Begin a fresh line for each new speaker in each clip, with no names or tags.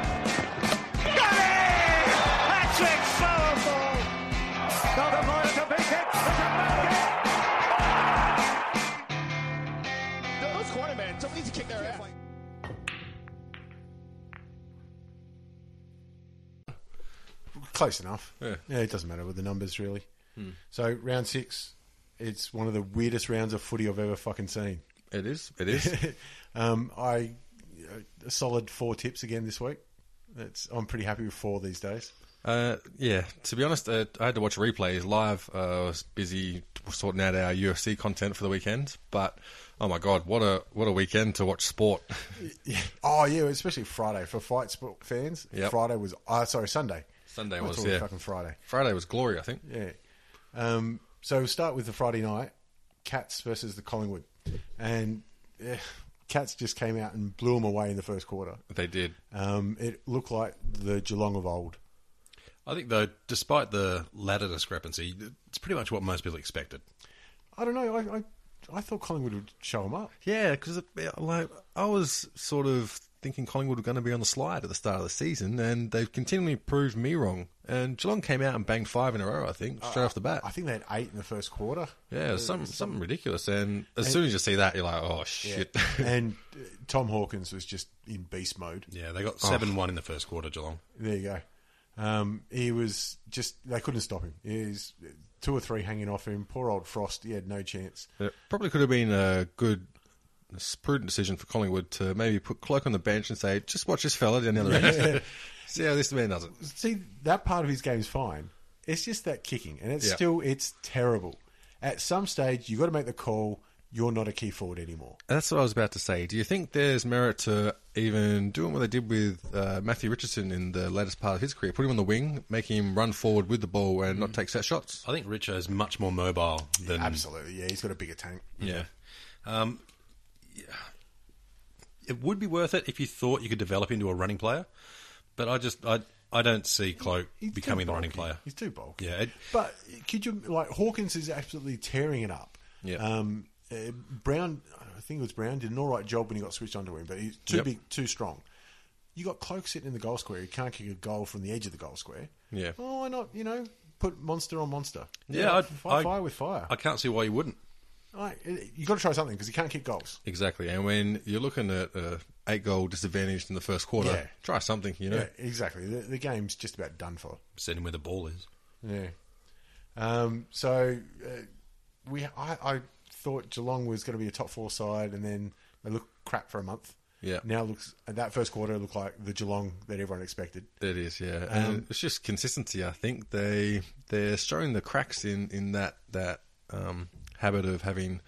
Got it! Patrick Sauerbrunn! Not a minor to beat it, but a man get- Those corner men, somebody needs to kick their ass.
Close enough. Yeah. it doesn't matter with the numbers really.
Hmm.
So round six, it's one of the weirdest rounds of footy I've ever fucking seen.
It is. It is.
Um, I uh, a solid four tips again this week. That's I'm pretty happy with four these days.
uh, yeah. To be honest, uh, I had to watch replays live. Uh, I was busy sorting out our UFC content for the weekend, but oh my god, what a what a weekend to watch sport.
Oh yeah, especially Friday for fight sport fans.
Yep.
Friday was uh, sorry Sunday.
Sunday
That's
was
all
yeah.
fucking Friday.
Friday was glory, I think.
Yeah. Um, so we'll start with the Friday night Cats versus the Collingwood, and eh, Cats just came out and blew them away in the first quarter.
They did.
Um, it looked like the Geelong of old.
I think, though, despite the ladder discrepancy, it's pretty much what most people expected.
I don't know. I I, I thought Collingwood would show them up.
Yeah, because like I was sort of thinking Collingwood were going to be on the slide at the start of the season, and they've continually proved me wrong. And Geelong came out and banged five in a row, I think, straight off the bat.
I think they had eight in the first quarter.
yeah, some, something ridiculous. And as soon as you see that, you're like, oh shit.
and uh, Tom Hawkins was just in beast mode.
Yeah, they got 7 1 in the first quarter, Geelong.
There you go. Um, he was just they couldn't stop him. He's two or three hanging off him. Poor old Frost. He had no chance.
It probably could have been a good, prudent decision for Collingwood to maybe put Cloak on the bench and say, just watch this fella down the other end. See how this man does it.
See that part of his game's fine. It's just that kicking, and it's
Yeah.
still it's terrible. At some stage, you have got to make the call. You're not a key forward anymore.
That's what I was about to say. Do you think there's merit to even doing what they did with uh, Matthew Richardson in the latest part of his career? Put him on the wing, make him run forward with the ball and
Mm.
not take set shots.
I think Richo's much more mobile than.
Absolutely, yeah. He's got a bigger tank.
Yeah. Um, yeah. It would be worth it if you thought you could develop into a running player, but I just I I don't see Cloak
He's too
becoming the running
bulky.
player.
He's too bulky.
Yeah, it-
but could you like Hawkins is absolutely tearing it up.
Yeah.
Um, uh, Brown, I think it was Brown, did an all right job when he got switched onto him, but he's too
Yep.
big, too strong. You got Cloak sitting in the goal square. He can't kick a goal from the edge of the goal square.
Yeah.
Well, why not? You know, put monster on monster.
Yeah,
You know,
I'd-
fi-
I-
fire with fire.
I can't see why you wouldn't.
Like, you got to try something because he can't kick goals.
Exactly. And when you're looking at uh, eight goal disadvantage in the first quarter,
Yeah.
try something, you know?
Yeah, exactly. The, the game's just about done for.
Send him where the ball is.
Yeah. Um, so uh, we, I, I thought Geelong was going to be a top four side, and then they looked crap for a month.
Yeah.
Now looks that first quarter looked like the Geelong that everyone expected.
It is, yeah. And it's just consistency. I think they they're showing the cracks in in that that um, habit of having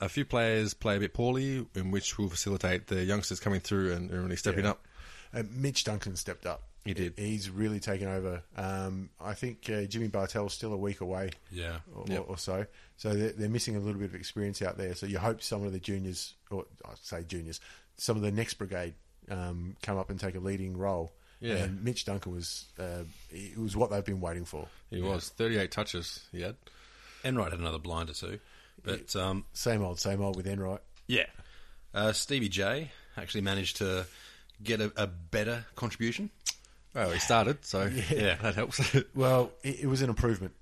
a few players play a bit poorly, in which will facilitate the youngsters coming through and, and really stepping up.
Uh, Mitch Duncan stepped up.
He did.
He's really taken over. Um, I think uh, Jimmy Bartell's still a week away.
Yeah.
Or, or so. So they're, they're missing a little bit of experience out there. So you hope some of the juniors, or I say juniors, some of the next brigade um, come up and take a leading role.
Yeah.
And Mitch Duncan was uh, it was what they've been waiting for.
He was thirty eight touches. He had.
Enright had another blinder too, but um,
Same old, same old with Enright.
yeah, uh, Stevie J actually managed to get a, a better contribution.
Oh, he started, so yeah, that helps.
Well, it, it was an improvement,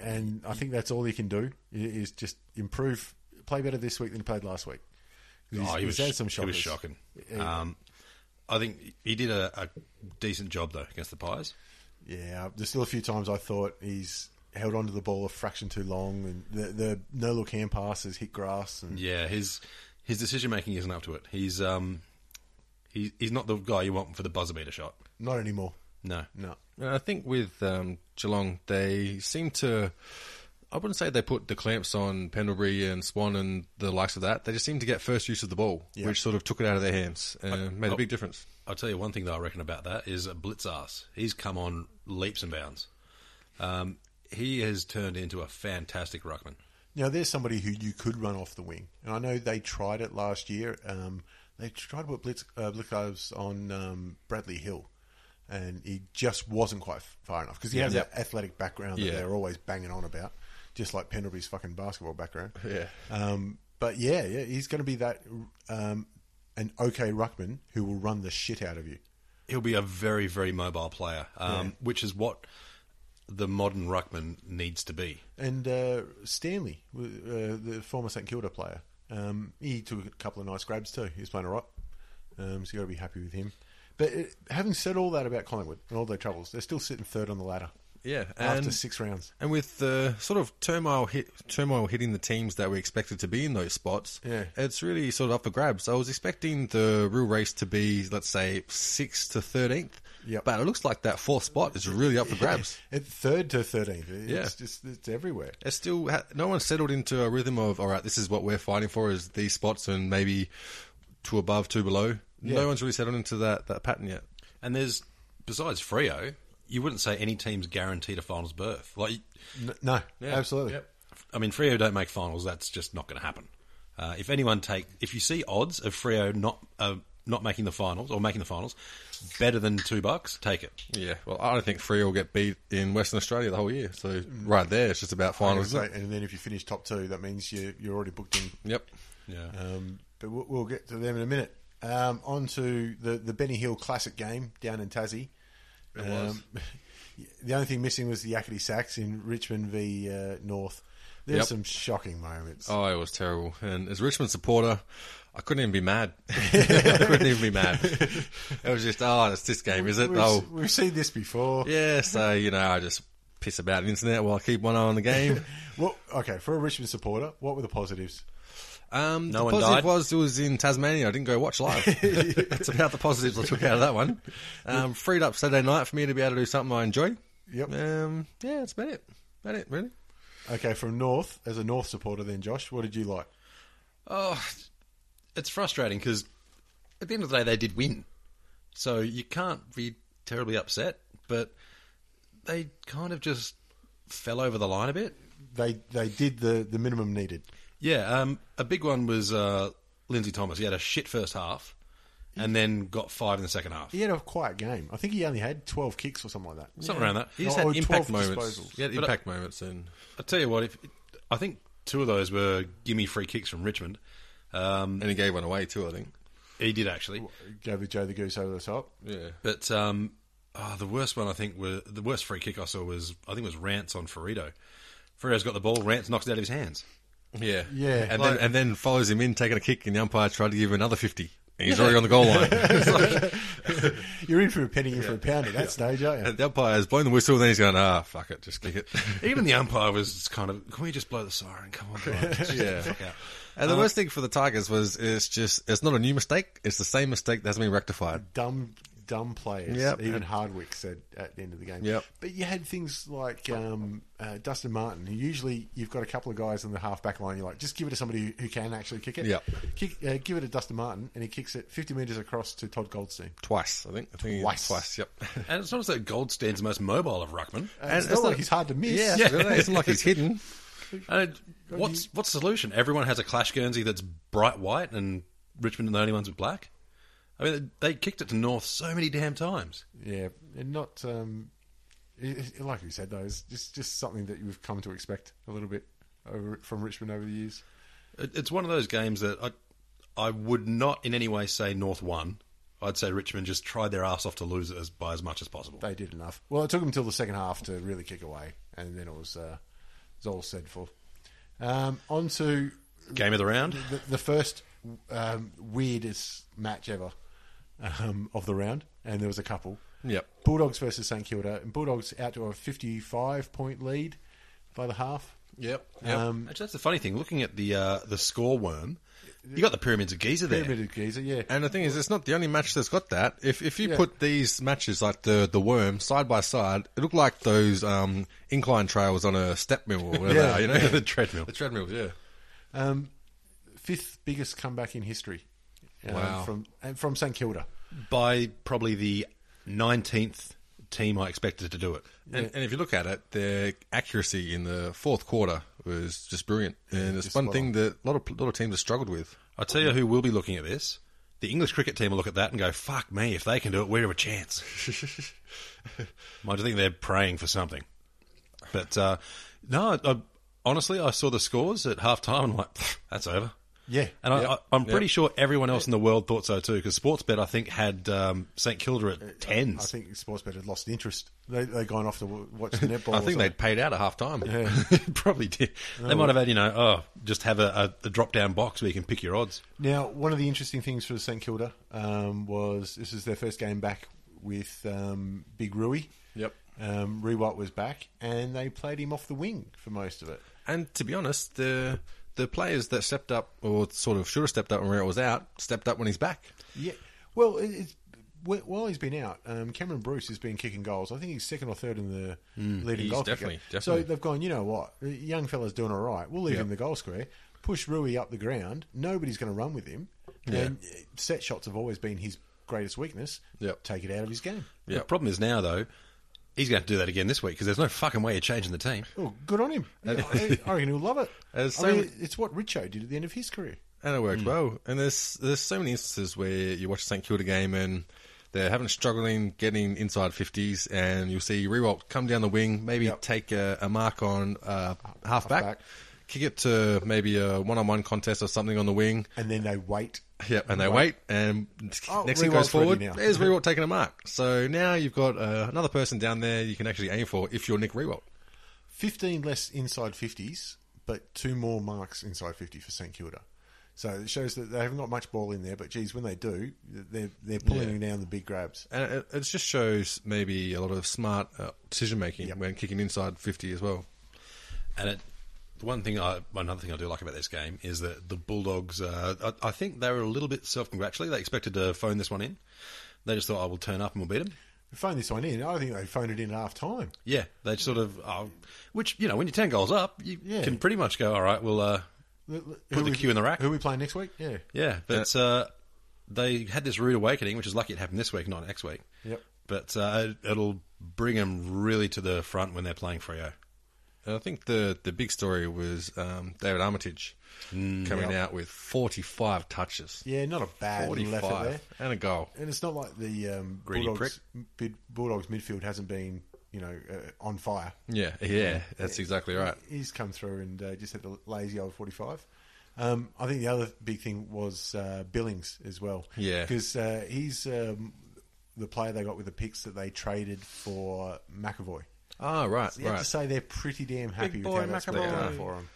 and I think that's all he can do i- is just improve, play better this week than he played last week. 'Cause he's- he's had some
Oh, he was
shockers.
shocking. Um, I think he did a, a decent job though against the Pies.
Yeah, there's still a few times I thought he's held onto the ball a fraction too long, and the, the no look hand passes hit grass, and
Yeah, his his decision making isn't up to it. He's um, he, he's not the guy you want for the buzzer beater shot.
not anymore.
No,
No,
I think with um, Geelong, they seem to I wouldn't say they put the clamps on Pendlebury and Swan and the likes of that. They just seemed to get first use of the ball, which sort of took it out of their hands and made a big difference.
I'll tell you one thing though I reckon about that is a blitz ass. He's come on leaps and bounds. Um, he has turned into a fantastic ruckman.
Now, there's somebody who you could run off the wing, and I know they tried it last year. Um, they tried to put blitz, uh, blitzers on um, Bradley Hill, and he just wasn't quite f- far enough because he has that athletic background that
Yeah.
they're always banging on about, just like Pendlebury's fucking basketball background.
Yeah.
Um, but yeah, yeah, he's going to be that um, an okay ruckman who will run the shit out of you.
He'll be a very very mobile player, um, which is what the modern ruckman needs to be.
And uh, Stanley, w- uh, the former St Kilda player, um, he took a couple of nice grabs too. He was playing all right, um, so you got to be happy with him. But uh having said all that about Collingwood and all their troubles, they're still sitting third on the ladder.
Yeah,
after
and-
six rounds.
And with the sort of turmoil hit, turmoil hitting the teams that we expected to be in those spots,
Yeah.
it's really sort of up for grabs. I was expecting the real race to be, let's say, sixth to thirteenth.
Yep.
But it looks like that fourth spot is really up for grabs.
At third to thirteenth, it's
Yeah.
just it's everywhere.
It's still ha- no one's settled into a rhythm of all right. This is what we're fighting for is these spots and maybe two above, two below.
Yeah.
No one's really settled into that, that pattern yet.
And there's besides Frio, you wouldn't say any team's guaranteed a finals berth. Like,
N- no, absolutely.
I mean, Frio don't make finals. That's just not going to happen. Uh, if anyone take, if you see odds of Frio not uh, not making the finals or making the finals, better than two bucks, take it.
Yeah, well, I don't think Free will get beat in Western Australia the whole year. So
Mm.
right there, it's just about finals.
So,
isn't it?
and then if you finish top two, that means you you're already booked in
Yep.
Yeah.
Um, but we'll, we'll get to them in a minute. Um, on to the, the Benny Hill Classic game down in Tassie. Um, the only thing missing was the Yakety Sacks in Richmond v uh, North. There's
Yep.
some shocking moments.
Oh, it was terrible. And as a Richmond supporter, I couldn't even be mad. I couldn't even be mad. It was just, oh, it's this game, is it?
we've,
Oh,
we've seen this before.
yeah. So you know, I just piss about the internet while I keep one eye on the game.
Well, okay, for a Richmond supporter, what were the positives?
Um,
No
the
one
positive
died?
was it was in Tasmania. I didn't go watch live. That's about the positives I took out of that one. Um, freed up Saturday night for me to be able to do something I enjoy.
Yep.
Um, yeah, that's about it. About it, really.
Okay, from North, as a North supporter, then Josh, what did you like?
Oh, it's frustrating because at the end of the day, they did win. So you can't be terribly upset, but they kind of just fell over the line a bit.
They they did the, the minimum needed.
Yeah, um, a big one was uh, Lindsay Thomas. He had a shit first half and then got five in the second half.
He had a quiet game. I think he only had twelve kicks or something like that.
Something around that.
He just
Oh,
had
oh,
impact
12
moments.
disposals. uh,
He had
But I-
impact moments, and
I tell you what, if I think two of those were gimme free kicks from Richmond. Um,
and he gave one away too. I think.
he did actually,
Gave the Joe the goose over the top.
Yeah.
but um,
ah,
oh, the worst one I think were the worst free kick I saw was I think it was Rance on Ferrito. Ferrito's got the ball, Rance knocks it out of his hands.
Yeah,
Yeah.
and
Like-
then and then follows him in, taking a kick, and the umpire tried to give him another fifty, and he's already on the goal line. It's like-
You're in for a penny, in for a pound at that stage, aren't you?
and the umpire has blown the whistle, and then he's going, ah, fuck it, just kick it.
Even the umpire was kind of, can we just blow the siren? Come on, guys."
yeah.
Fuck out. Uh,
And the worst thing for the Tigers was it's just it's not a new mistake; it's the same mistake that hasn't been rectified.
Dumb, dumb players.
Yep.
Even Hardwick said at the end of the game.
Yep.
But you had things like um, uh, Dustin Martin. who Usually, you've got a couple of guys in the half back line. You're like, just give it to somebody who- who can actually kick it.
Yep.
Kick, uh, give it to Dustin Martin, and he kicks it 50 metres across to Todd Goldstein.
Twice, I think. I think he-
Twice.
twice. Yep.
And it's not as though Goldstein's the most mobile of ruckman.
And it's not like he's hard to miss.
Yeah, it's not like he's hidden.
And it- Uh, what's what's the solution? Everyone has a Clash Guernsey that's bright white, and Richmond are the only ones with black. I mean, they kicked it to North so many damn times.
Yeah, and not um, it, it- like we said though, it's just just something that you've come to expect a little bit over, from Richmond over the years.
It, it's one of those games that I I would not in any way say North won. I'd say Richmond just tried their ass off to lose it as, by as much as possible.
They did enough. Well, it took them till the second half to really kick away, and then it was uh, it was all said for. Um, on to
Game of the round.
the, the first um, weirdest match ever um, of the round, and there was a couple.
Yep.
Bulldogs versus St Kilda, and Bulldogs out to a fifty-five point lead by the half.
Yep.
Um,
Um, Actually, that's the funny thing. Looking at the uh, the score worm, You got the pyramids of Giza there.
Pyramid of Giza, yeah.
And the thing is, it's not the only match that's got that. If if you put these matches like the the worm side by side, it looked like those um, incline trails on a step mill or whatever.
Yeah.
they are, you know, the treadmill.
The treadmill, yeah.
Um, fifth biggest comeback in history. um,
Wow.
From and from St Kilda.
By probably the 19th team I expected to do it.
And, and if you look at it, their accuracy in the fourth quarter was just brilliant. And it's one thing that a lot of a lot of teams have struggled with.
I'll tell you who will be looking at this. The English cricket team will look at that and go, fuck me, if they can do it, we have a chance. I do think they're praying for something. But uh, no, I, I, honestly, I saw the scores at half time and I'm like, "Pfft, that's over.
Yeah.
And I,
Yep.
I, I'm pretty
Yep.
sure everyone else in the world thought so too, because Sportsbet, I think, had um, St Kilda at
Uh, I
tens.
think Sportsbet had lost interest. They they gone off to w- watch the netball.
I
or
think
something.
they'd paid out at half time.
Probably did. They might have had, you know, oh, just have a, a, a drop down box where you can pick your odds.
Now, one of the interesting things for St Kilda um, was this is their first game back with um, Big Rui.
Yep.
Um, Rewalt was back, and they played him off the wing for most of it.
And to be honest, the the players that stepped up or sort of should have stepped up when Rewalt was out stepped up when he's back.
Yeah. Well, it- it's wh- while he's been out, um, Cameron Bruce has been kicking goals. I think he's second or third in the leading
Mm, he's
goal
definitely-
kicker.
definitely.
So they've gone. You know what? The Young fella's doing all right. We'll leave him the goal square. Push Rui up the ground. Nobody's going to run with him. And uh, set shots have always been his greatest weakness.
Yep.
Take it out of his game.
Yeah.
The problem is now, though, he's going to do that again this week because there's no fucking way you're changing the team.
Oh, good on him. Yeah, I, I reckon he'll love it.
And
I
so-
mean, it's what Richo did at the end of his career.
And it worked well. And there's there's so many instances where you watch a St Kilda game and they're having struggling getting inside fifties, and you'll see Rewalt come down the wing, maybe take a, a mark on uh, half back,
Halfback.
kick it to maybe a one on one contest or something on the wing.
And then they wait.
Yep, and they wait, and
Oh,
next thing
Rewalt's
goes forward,
ready now.
there's Rewalt taking a mark. So now you've got uh, another person down there you can actually aim for if you're Nick Rewalt.
15 less inside 50s, but two more marks inside 50 for St Kilda. So it shows that they haven't got much ball in there, but geez, when they do, they're, they're pulling down the big grabs.
And it, it just shows maybe a lot of smart uh, decision making when kicking inside 50 as well.
And it, the one thing, I, another thing I do like about this game is that the Bulldogs, uh, I, I think they were a little bit self-congratulatory. They expected to phone this one in. They just thought, I will turn up and we'll beat them.
Phone this one in. I think they phoned it in at half time.
Yeah, they sort of, oh, which you know, when you're ten goals up, you
Yeah.
can pretty much go, all right, well, uh, the cue in the rack.
Who we playing next week? Yeah.
yeah. But uh, they had this rude awakening, which is lucky it happened this week, not next week.
Yep.
But uh, it- it'll bring them really to the front when they're playing Freo.
And I think the, the big story was um, David Armitage
Mm,
coming out with 45 touches.
Yeah, not a bad left there.
45 and a goal.
And it's not like the um,
Greedy
Bulldogs, mid, Bulldogs midfield hasn't been, you know, uh, on fire.
Yeah, yeah, that's exactly right.
He's come through and uh, just had the lazy old 45. Um, I think the other big thing was uh, Billings as well.
Yeah.
Because uh, he's um, the player they got with the picks that they traded for McAvoy.
Oh, right,
You have
right.
to say they're pretty damn happy with
boy
how that's worked out
McAvoy.
for him,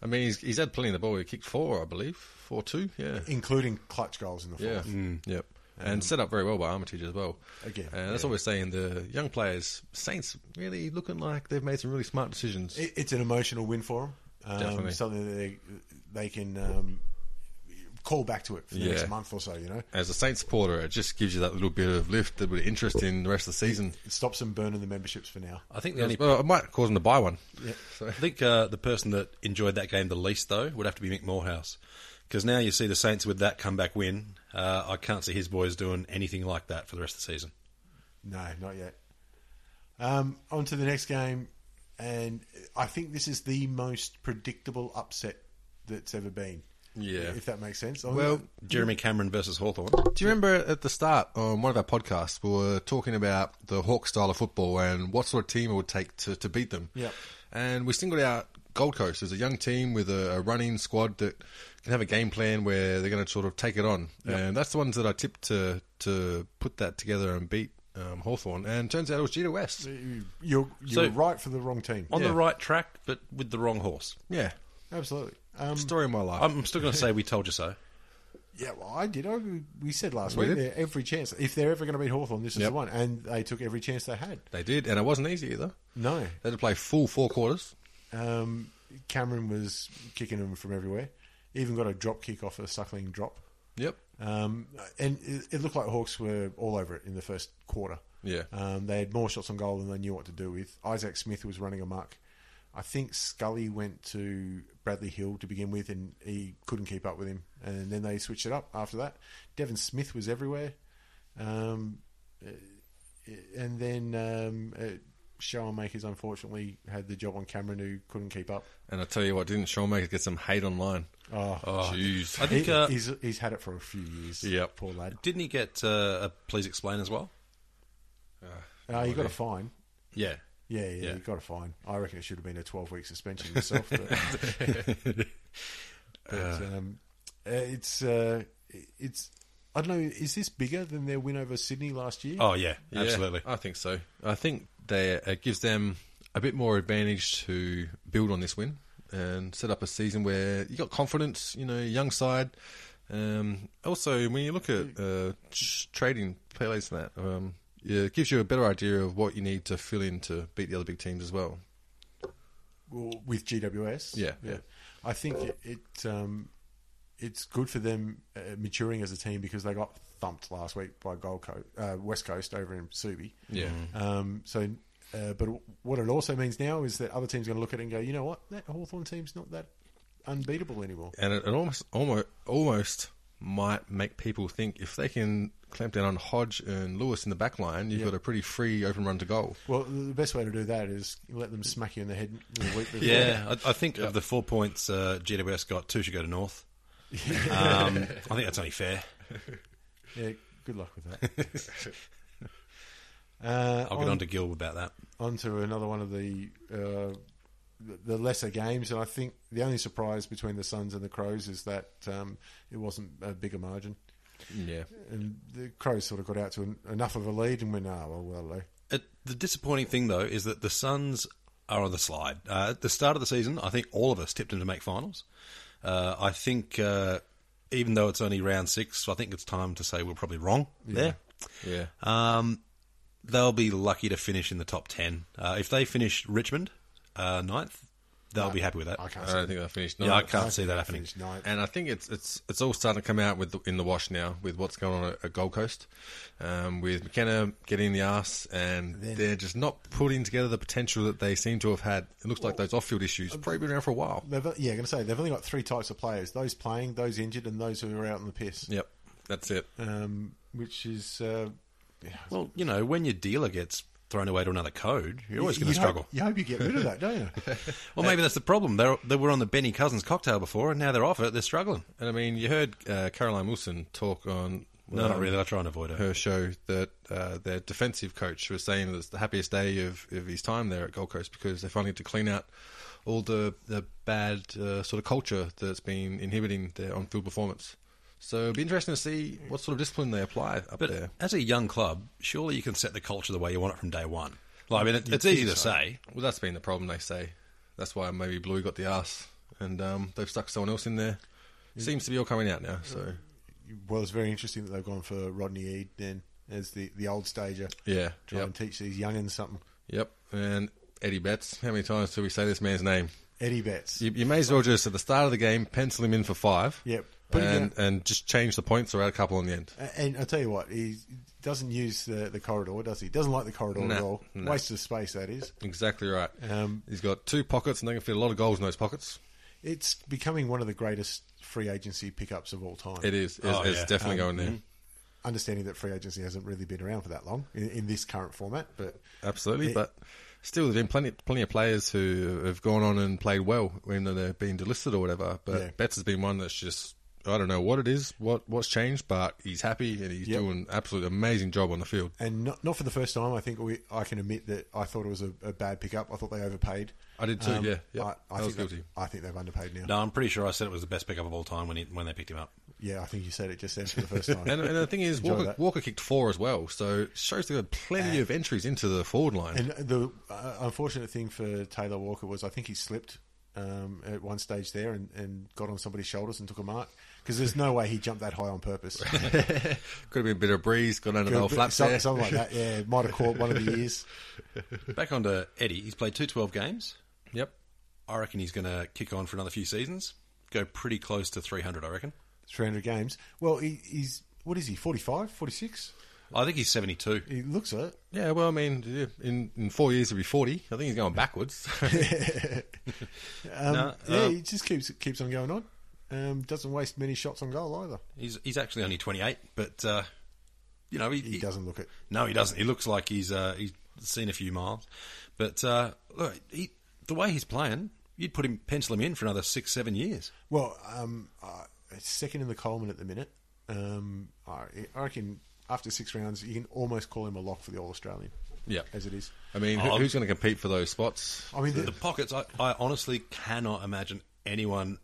I mean, he's, he's had plenty of the ball. He kicked four, I believe. Four, two, yeah.
including clutch goals in the
Yeah.
fourth.
Yep. And set up very well by Armitage as well.
Again,
and that's what we're saying. The young players, Saints, really looking like they've made some really smart decisions.
It, it's an emotional win for them. Um,
Definitely.
Something that they, they can um, call back to it for the
Yeah.
next month or so, you know.
As a Saints supporter, it just gives you that little bit of lift, a bit of interest in the rest of the season.
It stops them burning the memberships for now.
I think the only
Well, it might cause them to buy one.
I think uh, the person that enjoyed that game the least, though, would have to be Mick Morehouse. Because now you see the Saints with that comeback win. Uh, I can't see his boys doing anything like that for the rest of the season.
No, not yet. Um, on to the next game, and I think this is the most predictable upset that's ever been.
Yeah.
if that makes sense.
Well,
Jeremy Cameron versus Hawthorn.
Do you remember at the start on one of our podcasts, we were talking about the Hawk style of football and what sort of team it would take to, to beat them?
Yep.
And we singled out Gold Coast as a young team with a, a running squad that can have a game plan where they're going to sort of take it on. And that's the ones that I tipped to to put that together and beat um, Hawthorn. And turns out it was Gita West.
you- you're you're
So-
right for the wrong team.
On the right track, but with the wrong horse.
Yeah.
Absolutely. Um,
Story of my life.
I'm still going to say we told you so.
yeah, well, I did. I, we said last
We
week
did.
that every chance if they're ever going to beat Hawthorn, this is
Yep.
the one, and they took every chance they had.
they did, and it wasn't easy either.
No,
They had to play full four quarters.
um, Cameron was kicking them from everywhere. Even got a drop kick off a suckling drop.
Yep.
Um, and it, it looked like Hawks were all over it in the first quarter.
Yeah.
Um, they had more shots on goal than they knew what to do with. Isaac Smith was running amok. I think Scully went to Bradley Hill to begin with, and he couldn't keep up with him. And then they switched it up after that. Devin Smith was everywhere. Um, uh, and then um, uh, Shower Makers, unfortunately, had the job on Cameron, who couldn't keep up.
And I tell you what, didn't Sean Maker get some hate online?
Oh.
jeez. I think.
He-
uh,
he's, he's had it for a few years.
Yep.
Poor lad.
Didn't he get uh, a please explain as well?
Uh, he got a fine.
Yeah.
Yeah, yeah,
Yeah.
he got a fine. I reckon it should have been a 12 week suspension himself. But, but, um, uh, it's, uh, it's, I don't know, is this bigger than their win over Sydney last year?
Oh yeah,
Yeah,
absolutely.
I think so. I think they it gives them a bit more advantage to build on this win and set up a season where you got confidence. You know, young side. Um, also, when you look at uh, tr- trading plays and that, um, yeah, it gives you a better idea of what you need to fill in to beat the other big teams as well.
Well, With GWS?
Yeah, yeah.
I think it, it um, it's good for them uh, maturing as a team because they got thumped last week by Gold Coast, uh, West Coast over in Subi.
Yeah.
Um, so, uh, but what it also means now is that other teams are going to look at it and go, you know what, that Hawthorn team's not that unbeatable anymore.
and it, it almost almost almost might make people think if they can clamp down on Hodge and Lewis in the back line, you've got a pretty free open run to goal.
Well, the best way to do that is let them smack you in the head the week before.
Yeah, I, I think of the four points uh, GWS got, two should go to North. Um, I think that's only fair.
Yeah, good luck with that. uh,
I'll get on to Gil about that.
on to another one of the uh, the- the lesser games, and I think the only surprise between the Suns and the Crows is that um, it wasn't a bigger margin.
Yeah,
And the Crows sort of got out to en- enough of a lead and went, ah, well, well, eh."
It, Uh, the disappointing thing, though, is that the Suns are on the slide. Uh, at the start of the season, I think all of us tipped them to make finals. Uh, I think, uh, even though it's only round six, I think it's time to say we're probably wrong there.
yeah,
Um, they'll be lucky to finish in the top ten. Uh, if they finish Richmond uh, ninth, they'll be happy with that.
I can't
I
see
don't think they finished.
Yeah, I
ninth.
can't see that happening.
finish ninth.
And I think it's it's it's all starting to come out with the, in the wash now with what's going on at, at Gold Coast, um, with McKenna getting the arse, and they're just not putting together the potential that they seem to have had. It looks like those off-field issues
uh,
have probably been around for a while.
They've, uh, yeah, going to say they've only got three types of players: those playing, those injured, and those who are out on the piss.
Yep, that's it.
Um, which is uh,
Well, you know, when your dealer gets thrown away to another code, you're always going
you
to struggle.
Hope, you hope you get rid of that, don't you?
Well, maybe that's the problem. They they were on the Benny Cousins cocktail before, and now they're off it. They're struggling.
And I mean, you heard uh, Caroline Wilson talk on
No, not really. I try and avoid it.
her show that uh, their defensive coach was saying it was the happiest day of, of his time there at Gold Coast because they finally had to clean out all the the bad uh, sort of culture that's been inhibiting their on field performance. So it'd be interesting to see what sort of discipline they apply up
But
there.
as a young club, surely you can set the culture the way you want it from day one. Like, I mean, it, it's easy to say.
Well, that's been the problem they say. That's why maybe Blue got the ass, and um, they've stuck someone else in there. Seems to be all coming out now. So
well, it's very interesting that they've gone for Rodney Eade then as the, the old stager.
yeah,
try
yep,
and teach these youngins something.
yep. And Eddie Betts, how many times do we say this man's name?
Eddie Betts.
You, you may as well just at the start of the game pencil him in for five.
Yep. Put him
And, and just change the points or add a couple on the end.
A- And I tell you what, he doesn't use the, the corridor, does he? Doesn't like the corridor
No,
at all.
no.
Waste of space, that is.
Exactly right.
Um,
He's got two pockets, and they can fit a lot of goals in those pockets.
It's becoming one of the greatest free agency pickups of all time.
It is. It's,
Oh,
it's
yeah.
definitely going
Mm-hmm.
there.
Understanding that free agency hasn't really been around for that long in, in this current format, but
Absolutely.
It-
but still, there's been plenty, plenty of players who have gone on and played well when they're being delisted or whatever. But
Yeah.
Betts has been one that's just. I don't know what it is, what what's changed, but he's happy and he's
Yep.
doing absolute amazing job on the field.
and not not for the first time. I think we I can admit that I thought it was a, a bad pickup. I thought they overpaid. Um,
I did too, yeah, yeah.
I,
I
think
was
they-
guilty.
I think they've underpaid now.
No, I'm pretty sure I said it was the best pickup of all time when he, when they picked him up.
Yeah, I think you said it just then for the first time.
And, and the thing is,
Enjoy
Walker,
that. Eh.
Walker kicked four as well, so it shows they had plenty of entries into the forward line.
And the uh, unfortunate thing for Taylor Walker was I think he slipped um, at one stage there and, and got on somebody's shoulders and took a mark because there's no way he jumped that high on purpose.
Could have been a bit of breeze, got under the old flaps
Some-
there.
Something like that. Yeah, might have caught one of the ears.
Back onto Eddie. He's played two twelve games.
Yep.
I reckon he's going to kick on for another few seasons. go pretty close to 300, I reckon.
300 games. Well, he, he's, what is he, 45, 46?
I think he's 72.
He looks it.
Yeah, well, I mean, yeah, in, in four years he'll be 40. I think he's going backwards.
Um,
No,
yeah,
uh,
he just keeps keeps on going on. Um, doesn't waste many shots on goal either.
He's he's actually only 28, but uh, you know he,
He doesn't look it.
No, he doesn't. He looks like he's uh, he's seen a few miles. But uh, look, he, the way he's playing, you'd put him pencil him in for another six, seven years.
Well, um, uh, it's second in the Coleman at the minute. Um, I, I reckon after six rounds, you can almost call him a lock for the All Australian.
Yeah.
as it is.
I mean, who,
Oh.
who's going to compete for those spots?
I mean,
The,
the,
pockets, I, I honestly cannot imagine anyone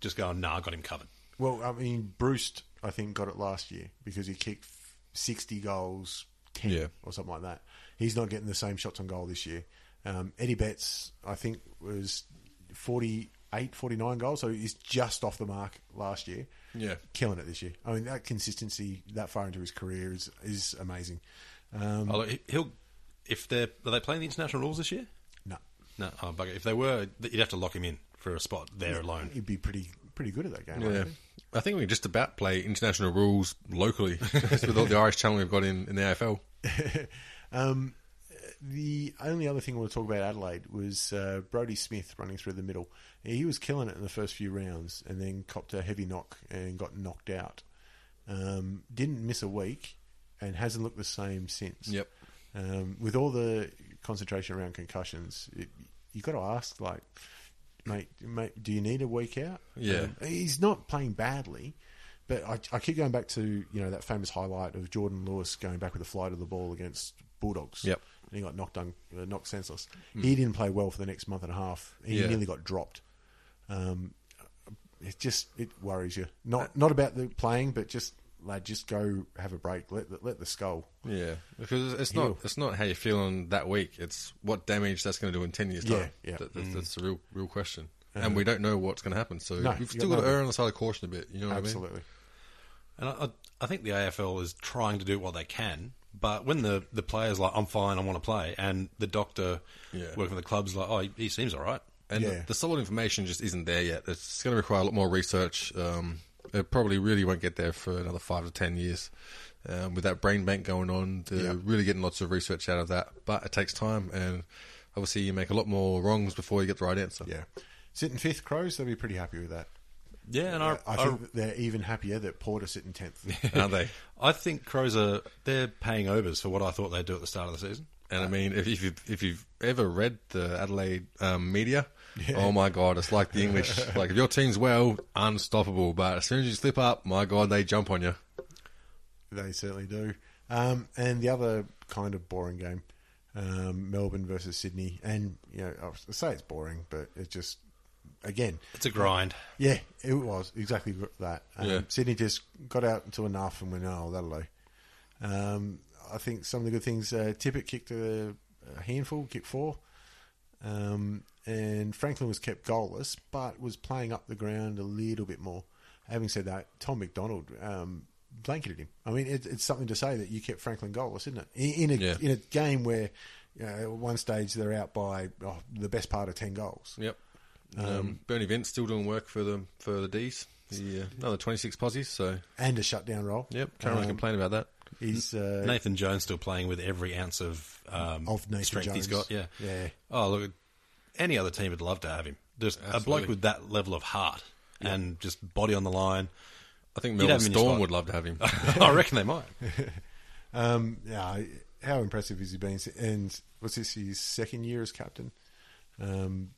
just going, "Nah, I got him covered."
well, I mean, Bruce, I think got it last year because he kicked sixty goals, ten
Yeah.
or something like that. He's not getting the same shots on goal this year. Um, Eddie Betts, I think, was 48, 49 goals, so he's just off the mark last year.
Yeah.
killing it this year. I mean, that consistency that far into his career is is amazing. Um,
Oh, look, he- he'll if they're are they playing the international rules this year?
no,
No, oh, bugger. if they were, you'd have to lock him in for a spot there alone.
he'd be pretty pretty good at that game.
Yeah.
Right?
I think we can just about play international rules locally with all the Irish channel we've got in, in the AFL.
Um, the only other thing I want to talk about Adelaide was uh, Brody Smith running through the middle. He was killing it in the first few rounds, and then copped a heavy knock and got knocked out. Um, didn't miss a week, and hasn't looked the same since.
Yep.
Um, with all the concentration around concussions, it, you got to ask, like, mate, mate, do you need a week out?
Yeah.
Um, he's not playing badly, but I, I keep going back to you know that famous highlight of Jordan Lewis going back with a flight of the ball against Bulldogs.
Yep. Hmm.
and he got knocked un, uh, knocked senseless. He didn't play well for the next month and a half. He
Yeah.
nearly got dropped. Um, it just it worries you. Not not about the playing, but just lad, just go have a break. Let the, let the skull.
Yeah, because it's not
Heal.
it's not how you're feeling that week. It's what damage that's going to do in ten years' time.
Yeah, yeah.
That- that's, that's the real real question.
Uh-huh.
And we don't know what's going to happen, so
No,
we've
you
still
got
got to
no-
err on the side of caution a bit. You know what
Absolutely.
And I, I, I think the AFL is trying to do what they can, but when the, the player's like, I'm fine, I want to play, and the doctor
Yeah.
working for the club's like, oh, he, he seems all right.
I mean? And
Yeah.
the, the solid information just isn't there yet. It's going to require a lot more research. Um, it probably really won't get there for another five to ten years. Um, with that brain bank going on, they're really getting lots of research out of that, but it takes time, and obviously you make a lot more wrongs before you get the right answer.
Yeah. Sitting fifth, Crows, they'll be pretty happy with that.
Yeah, and I,
I
I,
think that they're even happier that Porter sitting tenth.
aren't they?
I think Crows are, they're paying overs for what I thought they'd do at the start of the season.
And I mean, if, if you've if you've ever read the Adelaide um, media, oh my god, it's like the English. like if your team's well, unstoppable. But as soon as you slip up, my god, they jump on you.
they certainly do. Um, and the other kind of boring game, um, Melbourne versus Sydney, and you know I say it's boring, but it just again,
It's a grind.
yeah, it was exactly that. Um,
Yeah.
Sydney just got out to enough and went, oh, that'll do. Um, I think some of the good things. Uh, Tippett kicked a, a handful, kicked four, um, and Franklin was kept goalless, but was playing up the ground a little bit more. Having said that, Tom McDonald um, blanketed him. I mean, it, it's something to say that you kept Franklin goalless, isn't it? In, in a
Yeah.
in a game where you know, at one stage they're out by oh, the best part of ten goals.
Yep. Um, Bernie Vince still doing work for the for the D's. He, uh, another twenty six posies. So
and a shutdown roll.
yep, can't really
Um,
complain about that.
He's uh,
Nathan Jones still playing with every ounce of, um,
Of Nathan
strength he's
Jones.
got. Yeah.
Yeah.
Oh, look, any other team would love to have him. Just a
Absolutely.
bloke with that level of heart and just body on the line.
I think
You'd
Melbourne
have him in your
Storm
squad.
would love to have him.
I reckon they might.
Um, yeah, how impressive has he been? And was this his second year as captain? Um,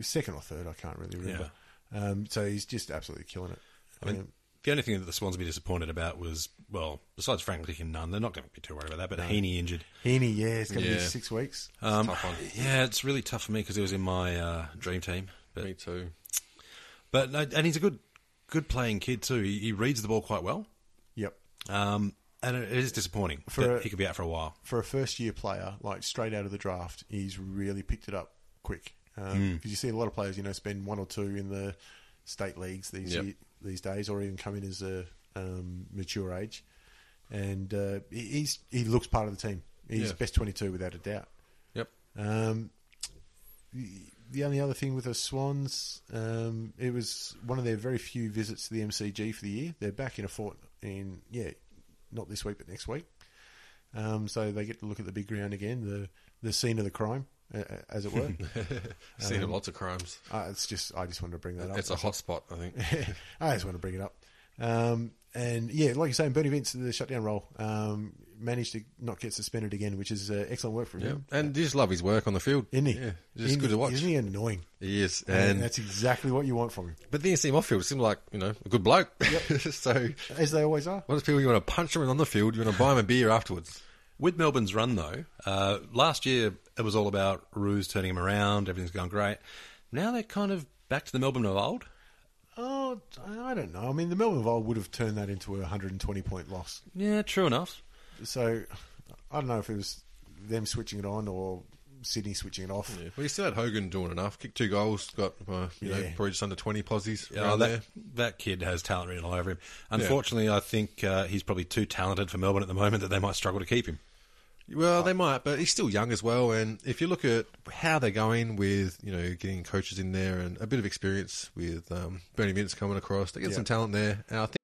second or third, I can't really remember. Um, so he's just absolutely killing it. Um,
I mean, the only thing that the Swans would be disappointed about was, well, besides Franklin and Nunn, they're not going to be too worried about that, but Heaney injured.
Heaney, yeah, it's going to be
Yeah.
six weeks.
Um,
tough one.
Yeah, it's really tough for me because he was in my uh, dream team.
Me
But,
too.
but no, and he's a good good playing kid too. He, he reads the ball quite well.
Yep.
Um, and it is disappointing
For
that
a-
he could be out for a while.
For a first year player, like straight out of the draft, he's really picked it up quick. Because you see a lot of players, you know, spend one or two in the state leagues these
Yep.
ye- these days, or even come in as a um, mature age. And uh, he- he's he looks part of the team. He's
Yeah.
best twenty two without a doubt.
Yep.
Um, the only other thing with the Swans, um, it was one of their very few visits to the MCG for the year. They're back in a fort in yeah, not this week but next week. Um, so they get to look at the big ground again, the the scene of the crime, uh, uh, as it were.
Seen lots of crimes.
uh, it's just I just wanted to bring that up.
It's a hot spot, I think.
I just want to bring it up. Um, and yeah, like you're saying, Bernie Vince, the shutdown role, um, managed to not get suspended again, which is uh, excellent work from
Yeah,
him.
and you just love his work on the field,
Isn't he?
Yeah, just
Isn't
good
he-
to watch.
Isn't he annoying?
He is,
And,
and
that's exactly what you want from him,
but then you see him off field. It seems like you know a good bloke. so
as they always are.
What if people you want to punch them on the field? You want to buy them a beer afterwards?
With Melbourne's run, though, uh, last year it was all about Ruse turning him around, everything's going great. Now they're kind of back to the Melbourne of old.
Oh, I don't know. I mean, the Melbourne Vile would have turned that into a 120 point loss.
Yeah, true enough.
So I don't know if it was them switching it on or Sydney switching it off.
Well, you still had Hogan doing enough. Kicked two goals. Got uh, you know
Yeah.
probably just under twenty posies.
Yeah,
around there.
that, that kid has talent written all over him. Unfortunately, I think uh, he's probably too talented for Melbourne at the moment that they might struggle to keep him. Oh.
Well, they might, but he's still young as well. And if you look at how they're going with, you know, getting coaches in there and a bit of experience with um, Bernie Vince coming across, they get some talent there. And I think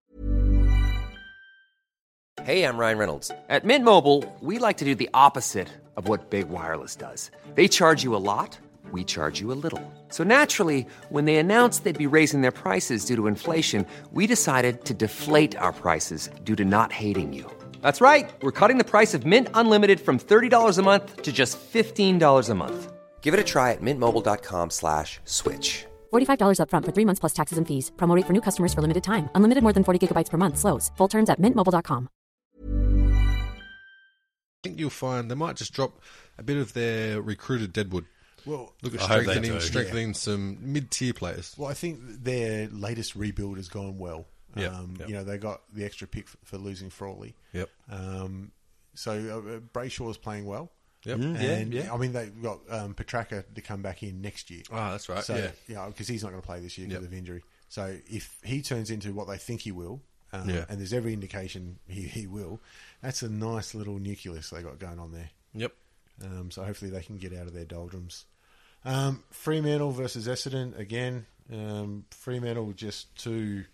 Hey, I'm Ryan Reynolds. At Mint Mobile, we like to do the opposite of what Big Wireless does. They charge you a lot, we charge you a little. So naturally, when they announced they'd be raising their prices due to inflation, we decided to deflate our prices due to not hating you. That's right. We're cutting the price of Mint Unlimited from $30 a month to just $15 a month. Give it a try at mintmobile.com slash switch.
$45 upfront for three months plus taxes and fees. Promo rate for new customers for limited time. Unlimited more than 40 gigabytes per month. Slows. Full terms at mintmobile.com.
I think you'll find they might just drop a bit of their recruited Deadwood.
Well,
Look at
I hope they
strengthening,
do,
strengthening some mid-tier players.
Well, I think their latest rebuild has gone well.
Yeah,
um,
yeah.
You know, they got the extra pick f- for losing Frawley.
Yep.
Um, so uh, uh, Brayshaw's playing well.
Yep.
And, I mean, they've got um, Petraka to come back in next year.
Ah, that's right,
So,
yeah.
because he's not going to play this year
Yep.
because of injury. So if he turns into what they think he will, um,
Yeah.
and there's every indication he, he will, that's a nice little nucleus they got going on there.
Yep.
Um, so hopefully they can get out of their doldrums. Um, Fremantle versus Essendon again. Um, Fremantle just too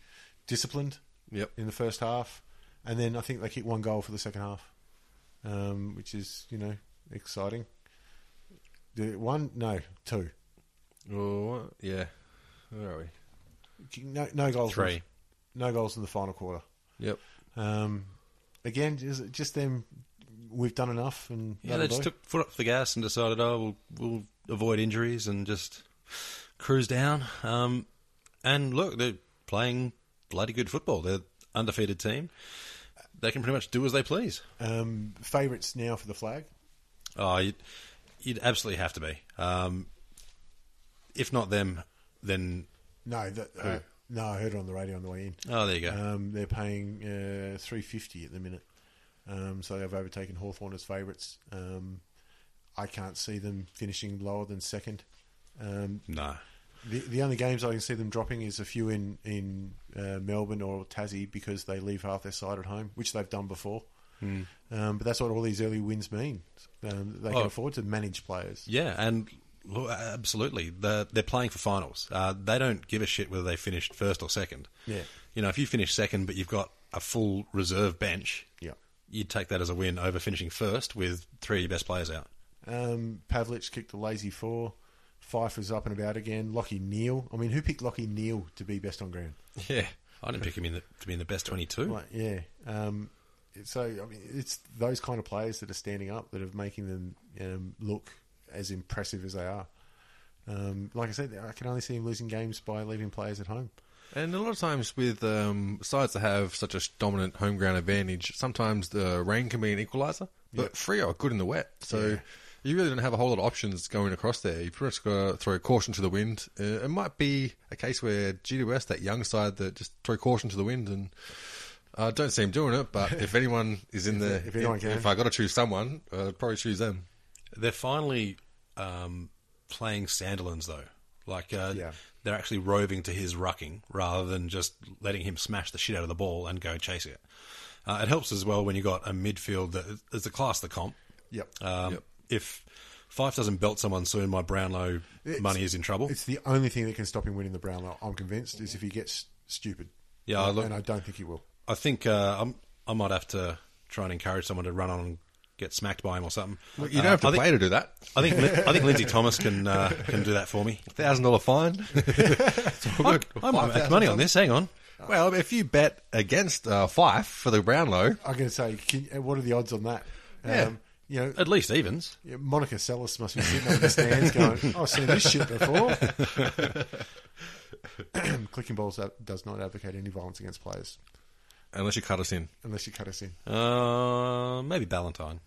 disciplined
Yep.
in the first half, and then I think they kick one goal for the second half, um, which is you know exciting. Did it one? No, two.
Oh, yeah. Where are we?
No, no goals. in the-
Three.
no goals in the final quarter.
Yep.
Um, again, just, just them. We've done enough, and
Yeah, they
that'll
just
do.
took foot off the gas and decided, oh, we'll, we'll avoid injuries and just cruise down. Um, and look, they're playing bloody good football. They're undefeated team. They can pretty much do as they please.
um, favourites now for the flag.
Oh, you'd, you'd absolutely have to be. Um, if not them, then
No, that, uh, no, I heard it on the radio on the way in.
oh, there you go.
Um, they're paying uh, three fifty at the minute, um, so they've overtaken Hawthorn as favourites. Um, I can't see them finishing lower than second. Um,
no,
the, the only games I can see them dropping is a few in in uh, Melbourne or Tassie because they leave half their side at home, which they've done before. Um, but that's what all these early wins mean. Um, they can
Oh.
afford to manage players.
yeah, and well, absolutely, they're, they're playing for finals. Uh, they don't give a shit whether they finished first or second.
Yeah.
you know, if you finish second, but you've got a full reserve bench,
Yeah.
you'd take that as a win over finishing first with three of your best players out.
Um, Pavlich kicked a lazy four. Pfeiffer's up and about again. Lockie Neal. I mean, who picked Lockie Neal to be best on ground?
Yeah.
I didn't pick him in the, to be in the best twenty-two.
Like, yeah. Um, so I mean, it's those kind of players that are standing up that are making them um, look as impressive as they are. Um, like I said, I can only see him losing games by leaving players at home.
And a lot of times with um, sides that have such a dominant home ground advantage, sometimes the rain can be an equaliser, but Freo are good in the wet. So you really don't have a whole lot of options going across there. You pretty much got to throw caution to the wind. Uh, it might be a case where GWS, that young side, that just throw caution to the wind and. I don't see him doing it, but if anyone is in the,
if anyone can.
if I got to choose someone, I'd probably choose them.
They're finally um, playing Sandilands though. Like uh,
Yeah.
they're actually roving to his rucking rather than just letting him smash the shit out of the ball and go chase it. Uh, it helps as well when you got a midfield that is the class of the comp.
Yep.
Um, If Fife doesn't belt someone soon, my Brownlow
It's-
money is in trouble.
It's the only thing that can stop him winning the Brownlow. I'm convinced is if he gets stupid.
Yeah, I look-
and I don't think he will.
I think uh, I'm, I might have to try and encourage someone to run on and get smacked by him or something. Uh,
Look,
Uh,
you don't have to
I think,
play to do that.
I think Lin- I think Lindsay Thomas can uh, can do that for me.
Thousand dollar fine.
I, I might make money on this. Hang on.
Ah.
Well, if you bet against uh, Fife for the Brownlow,
I'm going to say, can, uh, what are the odds on that? Um,
Yeah.
you know,
At least evens.
yeah, Monica Sellis must be sitting on the stands going, "I've seen this shit before." Clicking balls up does not advocate any violence against players
unless you cut us in,
unless you cut us in.
Uh, maybe Ballantyne.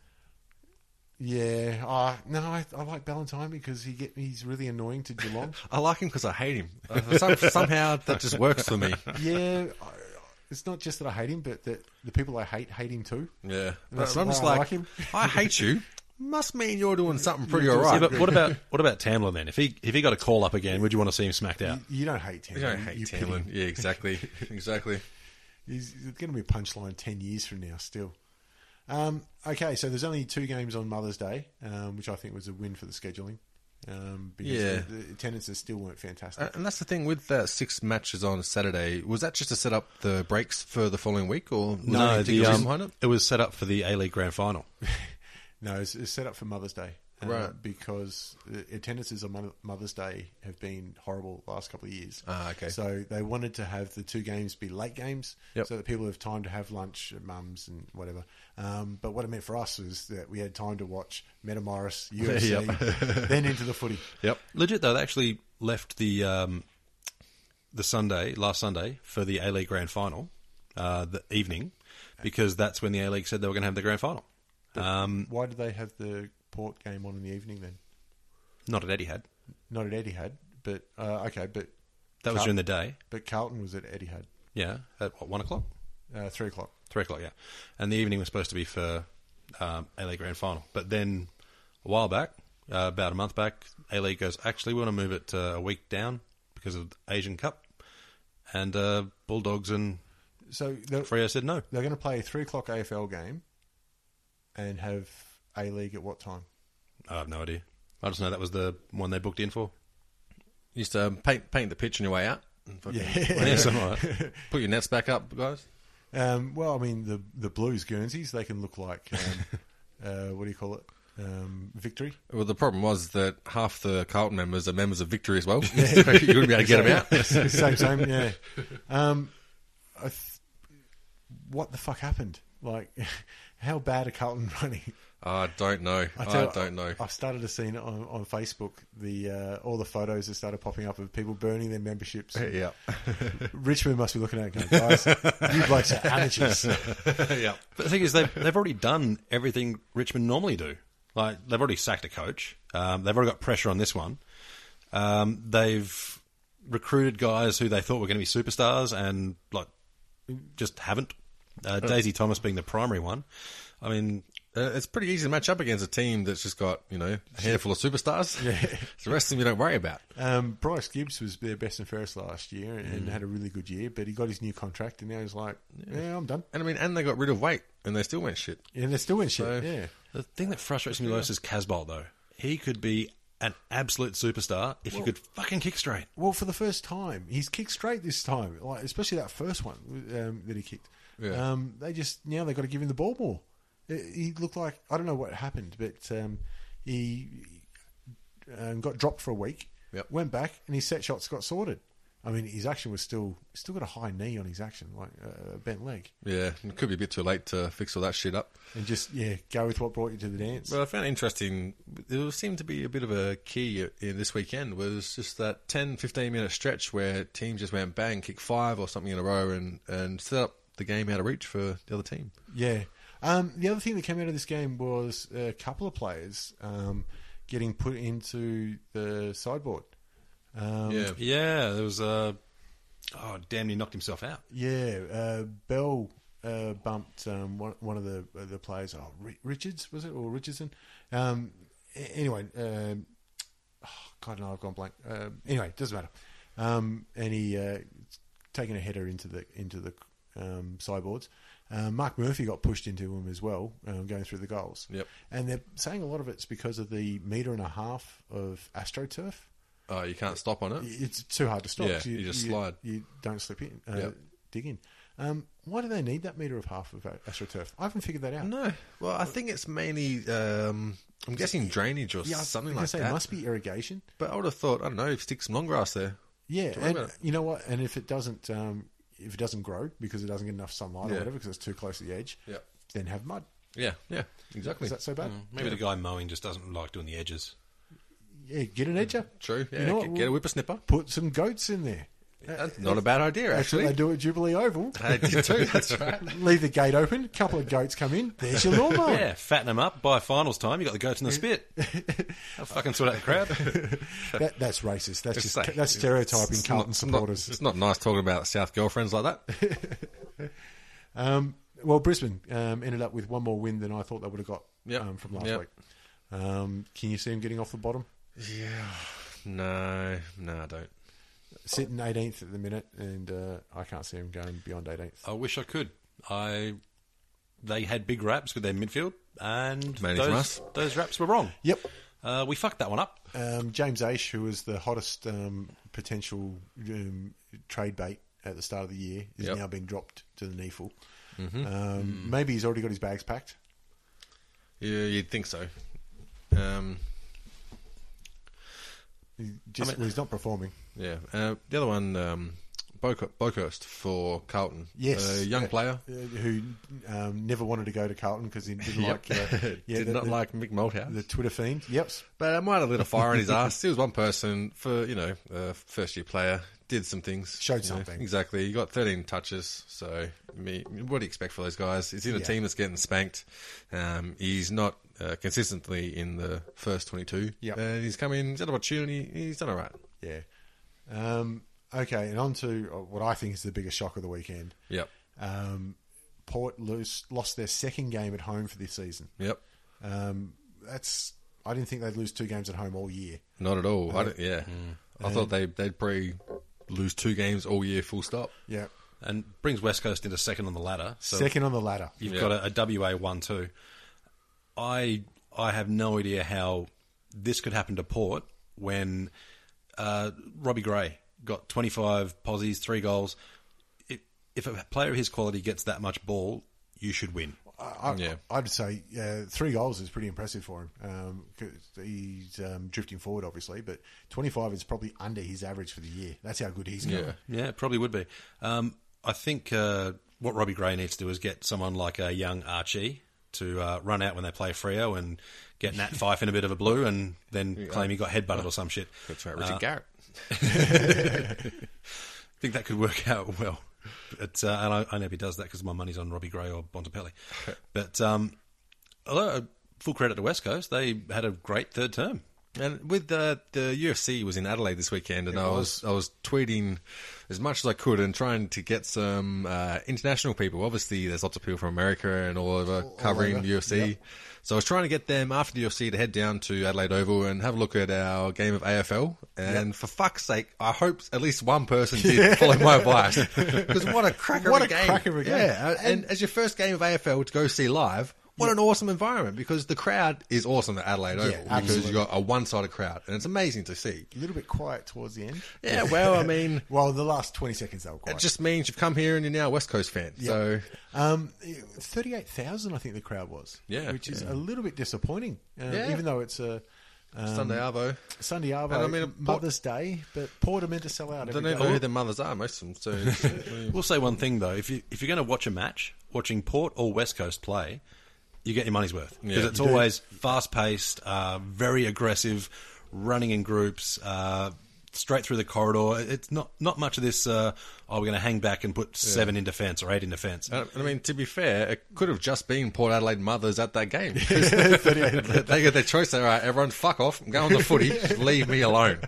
Yeah, uh, no, I, I like Ballantyne because he get he's really annoying to Geelong.
I like him because I hate him. Uh, some, somehow that just works for me.
yeah, I, it's not just that I hate him, but that the people I hate hate him too.
Yeah,
That's
but I'm just
why I
like,
like him.
I hate you. Must mean you're doing something pretty all
Yeah,
right.
but what about what about Tamlin then? If he if he got a call up again, would you want to see him smacked out?
You don't hate him.
you don't hate
you pity
Tamlin.
him.
Yeah, exactly, exactly.
He's going to be a punchline 10 years from now, still. Um, okay, so there's only two games on Mother's Day, um, which I think was a win for the scheduling. Um, because
Yeah.
the, the attendances still weren't fantastic.
Uh, And that's the thing with that six matches on Saturday. Was that just to set up the breaks for the following week, or was there any particular
the,
reason
um,
behind it?
it was set up for the A League Grand Final.
no, it's, it's set up for Mother's Day. uh,
Right.
Because the attendances on Mo- Mother's Day have been horrible the last couple of years.
Ah, okay.
So they wanted to have the two games be late games
Yep.
so that people have time to have lunch at mum's and whatever. Um, but what it meant for us was that we had time to watch Meta Morris, UFC, then into the footy.
Yep.
Legit though, they actually left the um, the Sunday last Sunday for the A League Grand Final uh, the evening because that's when the A League said they were going to have the Grand Final. Um,
Why did they have the port game on in the evening then?
not at Etihad.
Not at Etihad, but uh, okay, but
That was
Car-
during the day.
but Carlton was at Etihad,
Yeah, at what, one o'clock,
uh, three o'clock.
three o'clock. Yeah, and the evening was supposed to be for um, A League Grand Final. But then a while back, uh, about a month back, A League goes actually we want to move it uh, a week down because of the Asian Cup, and uh, Bulldogs and
So they're,
Freo said no.
they're going to play a three o'clock AFL game, and have A League at what time?
I have no idea. I just know that was the one they booked in for.
Just um, paint paint the pitch on your way out. and fucking-
Yeah, something like that.
Put your nets back up, guys.
Um, well, I mean the the Blues Guernseys they can look like um, uh, what do you call it? Um, victory.
Well, the problem was that half the Carlton members are members of Victory as well. so you wouldn't be able to get them out.
same, same, yeah. Um, I th- what the fuck happened? Like, how bad are Carlton running?
I don't know. I,
tell you,
don't know.
I've started to see it on, on Facebook the uh, all the photos that started popping up of people burning their memberships.
yeah.
Richmond must be looking at it going, guys, you blokes are amateurs.
yeah.
But the thing is, they've, they've already done everything Richmond normally do. Like they've already sacked a coach. Um, they've already got pressure on this one. Um, they've recruited guys who they thought were going to be superstars and like just haven't. Uh, Daisy Thomas being the primary one. I mean,
Uh, it's pretty easy to match up against a team that's just got, you know, a handful of superstars. Yeah. the rest of them you don't worry about.
Um, Bryce Gibbs was their best and fairest last year and,
Mm.
and had a really good year, but he got his new contract and now he's like, yeah, I'm done.
And I mean, and they got rid of weight and they still went shit.
And they're still in shit.
So-
yeah.
the thing that frustrates me the most is Casbolt though. He could be an absolute superstar if he could fucking kick straight.
Well, for the first time, he's kicked straight this time. Like especially that first one um, that he kicked.
Yeah.
Um, they just now they got to give him the ball more. It- He looked like I don't know what happened, but um, he um, got dropped for a week.
Yep.
Went back and his set shots got sorted. I mean, his action was still still got a high knee on his action, like uh, a bent leg,
Yeah. It could be a bit too late to fix all that shit up.
and just yeah, go with what brought you to the dance.
Well, I found it interesting. There seemed to be a bit of a key in this weekend was just that 10, 15 minute stretch where teams just went bang, kick five or something in a row and, and set up the game out of reach for the other team.
Yeah. Um, the other thing that came out of this game was a couple of players um, getting put into the sideboard. Um, yeah.
yeah.
Yeah, there was a. Oh damn! He knocked himself out.
uh, Bell uh, bumped um, one, one of the uh, the players. Oh, Ri- Richards was it or Richardson? Um, a- anyway, um, oh, God, no, I've gone blank. Um anyway, doesn't matter. Um, and he uh, taken a header into the into the um, sideboards. Uh, Mark Murphy got pushed into him as well, um, going through the goals.
Yep.
And they're saying a lot of it's because of the metre and a half of AstroTurf.
Oh, you can't stop on it.
It's too hard to stop.
Yeah,
'cause
you just slide.
You don't slip in, uh,
Yep.
dig in. Um, why do they need that metre of half of a- AstroTurf? I haven't figured that out.
No. Well, I think it's mainly. Um, I'm guessing drainage or
Yeah, I was
something
gonna
like
say
that.
It must be irrigation.
But I would have thought, I don't know, if stick some long grass there.
Yeah,
Don't worry
and
about it.
you know what? And if it doesn't, um, if it doesn't grow because it doesn't get enough sunlight or
Yeah.
whatever, because it's too close to the edge,
Yeah.
then have mud.
Yeah, yeah, exactly. Mm,
Is that so bad?
Maybe the guy mowing just doesn't like doing the edges.
Yeah, get an edger.
Mm, True. Yeah,
You know
get,
what?
get a whippersnipper.
Put some goats in there.
That's not a bad idea,
That's what
actually.
they do at Jubilee Oval.
I did too. That's right.
Leave the gate open. A couple of goats come in. There's your lawnmower.
Yeah, fatten them up. By finals time, you got the goats in the spit. I'll fucking sort out the crowd.
That, that's racist. That's
It's
just
like-
that's stereotyping
it's
Carlton
not-
supporters.
It's not, it's not nice talking about South girlfriends like that.
Well, Brisbane um, ended up with one more win than I thought they would have got
Yep.
um, from last
Yep.
week. Um, can you see them getting off the bottom?
No, no, I don't.
Sitting 18th at the minute, and uh, I can't see them going beyond 18th.
I wish I could. I. They had big raps with their midfield, and
Mainly from
those,
us.
those raps were wrong.
Yep.
Uh, we fucked that one up.
Um, James Aish, who was the hottest um, potential um, trade bait at the start of the year, has
Yep. Mm-hmm. Mm.
now been dropped to the kneeful. Um, Maybe he's already got his bags packed.
Yeah, you'd think so. Um,
He just, well, he's not performing.
yeah. Uh, the other one, um, Boke- Bokehurst for Carlton.
Yes,
A young
Yeah.
player.
Uh, who um, never wanted to go to Carlton because he didn't
Yep.
like uh, yeah,
Did
the,
not
the-
like Mick Malthouse.
the Twitter fiend. Yep,
But I might have lit a fire in his ass. He was one person for you know a first year player did some things,
Showed
you know.
something.
exactly. He got 13 touches, so me, what do you expect for those guys? He's in a
Yeah.
team that's getting spanked. Um, he's not uh, consistently in the first 22.
Yep.
and he's come in. He's had an opportunity. He's done all right.
Yeah. Um, okay, and on to uh, what I think is the biggest shock of the weekend.
Yep,
Um, Port lost, lost their second game at home for this season.
yep.
Um, that's I didn't think they'd lose two games at home all year.
Not at all. I don't, yeah, I thought they they'd probably lose two games all year. Full stop.
Yeah,
and brings West Coast into second on the ladder. So
second on the ladder.
you've
Yeah.
got a, a WA one too. I I have no idea how this could happen to Port when uh, Robbie Gray got 25 posies, three goals. If, if a player of his quality gets that much ball, you should win.
I,
Yeah.
I'd say uh, three goals is pretty impressive for him. Um 'cause he's um, drifting forward, obviously, but 25 is probably under his average for the year. That's how good he's going.
Yeah.
Yeah, it probably would be. Um, I think uh, what Robbie Gray needs to do is get someone like a young Archie to uh, run out when they play Frio and get Nat Fife in a bit of a blue and then claim he got headbutted or some shit.
That's right, Richard
Uh,
Garrett.
I think that could work out well. But, uh, and I, I know he does that because my money's on Robbie Gray or Bontempelli. But um, although uh, full credit to West Coast, they had a great third term.
And with the the UFC was in Adelaide this weekend, and I was. I was tweeting as much as I could and trying to get some uh, international people. Obviously, there's lots of people from America and all over covering
over,
UFC. So I was trying to get them after the UFC to head down to Adelaide Oval and have a look at our game of AFL. And for fuck's sake, I hope at least one person did follow my advice because what a cracker!
What
of
a
game.
cracker of a game.
Yeah, and, as your first game of AFL to go see live. What an awesome environment because the crowd is awesome at Adelaide Oval because
absolutely.
you got a one-sided crowd, and it's amazing to see.
A little bit quiet towards the end.
Yeah, well, I mean,
Well, the last 20 seconds they were
it
quiet.
just means you've come here and you're now a West Coast fan. So
Um, thirty-eight thousand, I think the crowd was.
Yeah.
which is a little bit disappointing. Um,
Yeah.
even though it's a um,
Sunday Arvo.
Sunday Arvo,
And I mean, Port-
Mother's Day, but Port are meant to sell out.
I don't
Every
know
day.
who their mothers are. Most of them. So
We'll say one thing though: if you if you're going to watch a match, watching Port or West Coast play, you get your money's worth because
Yeah.
it's always fast paced, uh, very aggressive, running in groups, uh, straight through the corridor. It's not not much of this. Uh, oh, we're going to hang back and put seven in defence or eight in defence.
And Uh, I mean, to be fair, it could have just been Port Adelaide mothers at that game. they get their choice. All right, everyone, fuck off. Go on the footy. Just leave me alone.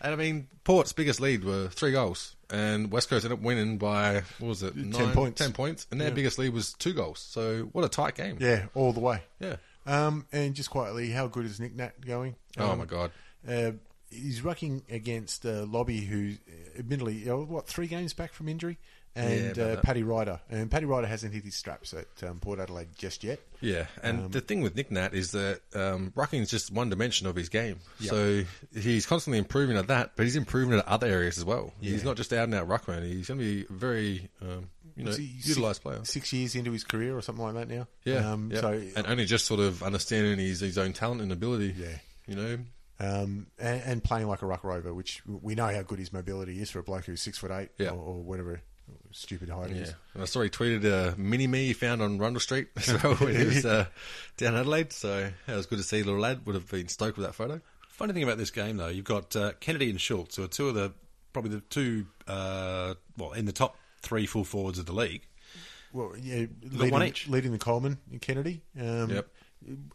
And I mean, Port's biggest lead were three goals, and West Coast ended up winning by what was it?
points.
Ten points, and their biggest lead was two goals. So what a tight game.
yeah, all the way.
Yeah.
Um, and just quietly, how good is Nick Nat going?
Oh
Um,
my god.
Uh, he's rucking against uh, Lobby, who uh, admittedly, you know, what, three games back from injury? And
Yeah, about
uh,
that.
Paddy Ryder. And Paddy Ryder hasn't hit his straps at um, Port Adelaide just yet.
Yeah,
Um,
and the thing with Nick Nat is that um, rucking is just one dimension of his game. So he's constantly improving at that, but he's improving at other areas as well. He's not just out and out ruckman. He's going to be a very um, you know
Is he
utilized
six,
player.
Six years into his career or something like that now.
Yeah,
Um,
yeah.
So,
and uh, only just sort of understanding his, his own talent and ability.
Yeah.
you know,
um, and, and playing like a ruck rover, which we know how good his mobility is for a bloke who's six foot eight
Yeah.
or, or whatever stupid height it
yeah.
is.
And I saw he tweeted a mini me he found on Rundle Street as well when he was uh, down in Adelaide. So that was good to see. Little lad would have been stoked with that photo.
Funny thing about this game, though, you've got uh, Kennedy and Schultz, who are two of the probably the two, uh, well, in the top three full forwards of the league.
Well, yeah, leading,
one each.
leading the Coleman and Kennedy. Um,
Yep.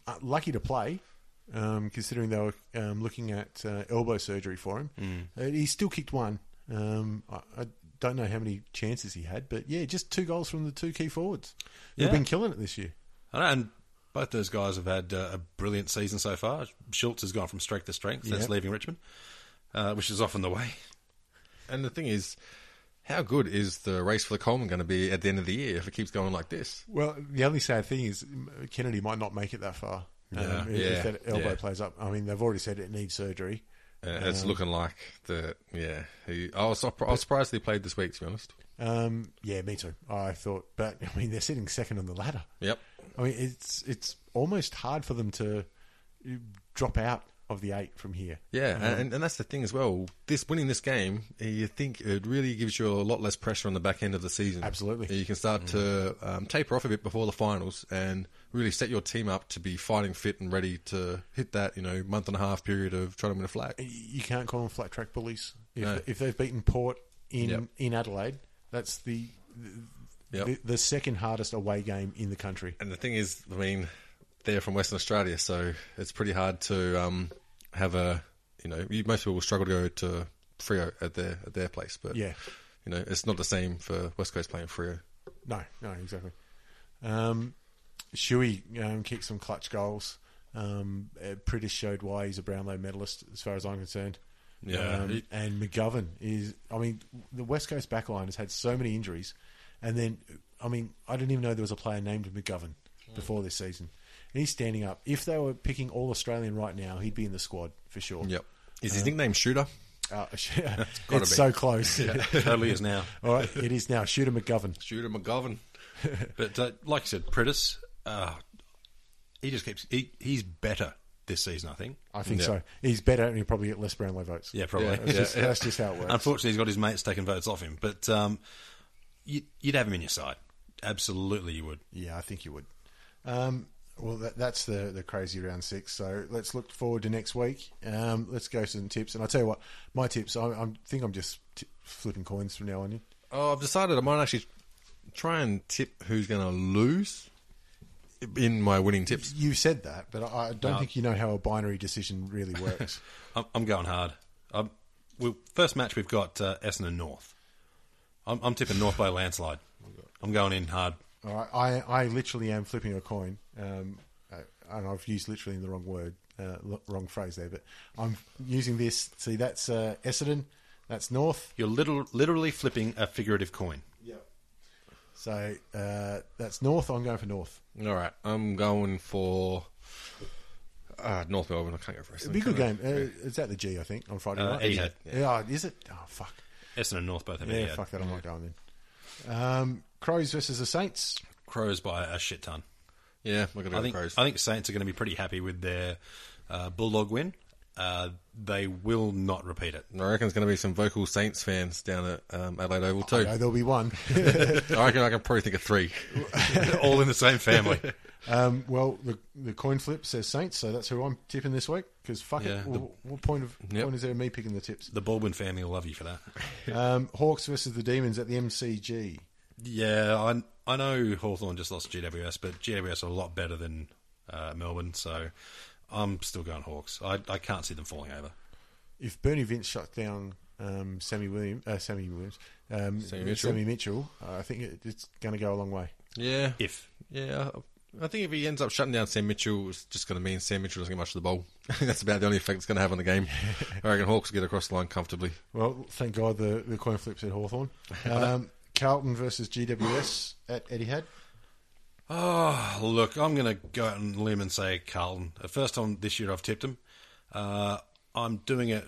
uh, Lucky to play, um, considering they were um, looking at uh, elbow surgery for him.
Mm.
Uh, he still kicked one. Um, I, I don't know how many chances he had, but yeah, just two goals from the two key forwards. They've
Yeah.
been killing it this year.
And, and both those guys have had uh, a brilliant season so far. Schultz has gone from strength to strength since
Yeah.
leaving Richmond, uh, which is often the way.
And the thing is, how good is the race for the Coleman going to be at the end of the year if it keeps going like this?
Well, the only sad thing is mm, Kennedy might not make it that far. Um,
Yeah,
if-
yeah,
if that elbow
yeah.
plays up. I mean, they've already said it needs surgery.
Uh, it's looking like the yeah. He, I was surp- I was surprised he played this week. To be honest,
Um, yeah, me too. I thought, but I mean, they're sitting second on the ladder.
Yep.
I mean, it's it's almost hard for them to uh, drop out of the eight from here.
yeah, and, and that's the thing as well. This winning this game, eh, you think it really gives you a lot less pressure on the back end of the season.
Absolutely.
you can start to um, taper off a bit before the finals and really set your team up to be fighting fit and ready to hit that you know month and a half period of trying to win a flag.
You can't call them flat track bullies if,
No.
if they've beaten Port in
Yep.
in Adelaide. That's the the,
Yep.
the the second hardest away game in the country.
And the thing is, I mean, they're from Western Australia, so it's pretty hard to um, have a you know you, most people will struggle to go to Frio at their at their place, but
Yeah.
you know it's not the same for West Coast playing Frio.
No, no, exactly. Um, Shuey um, kicked some clutch goals. Um, uh, Prittis showed why he's a Brownlow medalist, as far as I'm concerned.
Yeah,
Um,
he-
and McGovern is. I mean, the West Coast backline has had so many injuries, and then I mean, I didn't even know there was a player named McGovern
Hmm.
before this season. And he's standing up. If they were picking all Australian right now, he'd be in the squad for sure.
Yep. Uh-huh. Is his nickname Shooter?
Uh, it's
gotta be.
so close.
totally is now.
all right, it is now. Shooter McGovern.
Shooter McGovern.
But uh, like I said, Prittis, uh, he just keeps he, he's better this season. I think.
I think so. He's better, and he'll probably get less Brownlow votes.
Yeah, probably.
That's, just, that's just how it works.
Unfortunately, he's got his mates taking votes off him, but um, you, you'd have him in your side. Absolutely, you would.
Yeah, I think you would. Um, well, that, that's the the crazy round six. So let's look forward to next week. Um, let's go to some tips, and I tell you what, my tips. I, I think I'm just t- flipping coins from now on.
Oh, I've decided I might actually try and tip who's going to lose in my winning tips.
You said that, but I, I don't think you know how a binary decision really works.
I'm, I'm going hard. Um we first match we've got uh, Essendon North. I'm, I'm tipping North by a landslide. I'm going in hard.
All right, I I literally am flipping a coin, um, uh, and I've used literally in the wrong word, uh, l- wrong phrase there, but I'm using this. See, that's uh, Essendon, that's North.
You're little, literally flipping a figurative coin.
So uh, that's North. I'm going for North.
All right, I'm going for uh, North Melbourne. I can't go for Essendon,
It'd be a good
can I?
game. Uh, it's at the G, I think, on Friday
Uh,
night.
Etihad.
Yeah, is it? Oh, fuck.
Essendon North both have
Yeah,
a
fuck that. I'm not going then. Um, Crows versus the Saints.
Crows by a shit ton.
Yeah, we're going to
I
go
think
Crows.
I think Saints are going to be pretty happy with their uh, Bulldog win. Uh, they will not repeat it.
I reckon there's going to be some vocal Saints fans down at um, Adelaide Oval
Oh.
too.
No, there'll be one.
I reckon I can probably think of three.
All in the same family.
um, well, the, the coin flip says Saints, so that's who I'm tipping this week. Because fuck
Yeah,
it,
the-
what, what point of
Yep.
point is there in me picking the tips?
the Baldwin family will love you for that.
Um, Hawks versus the Demons at the MCG.
Yeah, I I know Hawthorn just lost to GWS, but GWS are a lot better than uh, Melbourne, so I'm still going Hawks. I, I can't see them falling over.
If Bernie Vince shut down um, Sammy Williams, uh, Sammy Williams, um, Sammy
Mitchell.
Mitchell, uh, I think it, it's going to go a long way.
Yeah,
If
yeah. I think if he ends up shutting down Sam Mitchell, it's just going to mean Sam Mitchell doesn't get much of the ball. I think that's about the only effect it's going to have on the game. I reckon Hawks will get across the line comfortably.
Well, thank God the, the coin flips at Hawthorn. Um, Carlton versus GWS at Etihad.
Oh, look, I'm going to go out on a limb and say Carlton. The first time this year I've tipped them. Uh, I'm doing it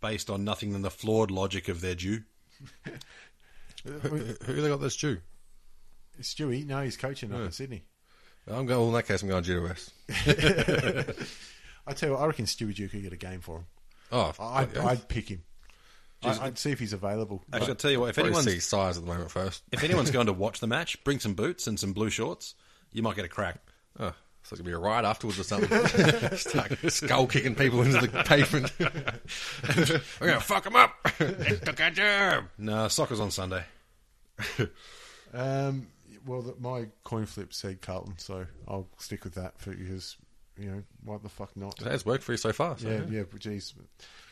based on nothing than the flawed logic of their due.
Who who they got this due?
Stewie, no, he's coaching up in Sydney.
I'm going. Well, in that case, I'm going GWS.
I tell you what, I reckon Stewie Duke could get a game for him.
Oh,
I, I'd,
yeah.
I'd pick him. I, I'd see if he's available.
Actually, I'll tell you what, if
Probably
anyone's,
see size at the moment first.
if anyone's going to watch the match, bring some boots and some blue shorts. You might get a crack.
Oh, so it could be a ride afterwards or something. Start skull kicking people into the pavement. We're gonna fuck them up. Took our job.
No, soccer's on Sunday.
Um, well, the, my coin flip said Carlton, so I'll stick with that for because you know why the fuck not?
It has worked for you so far. So
Yeah, yeah. but Geez,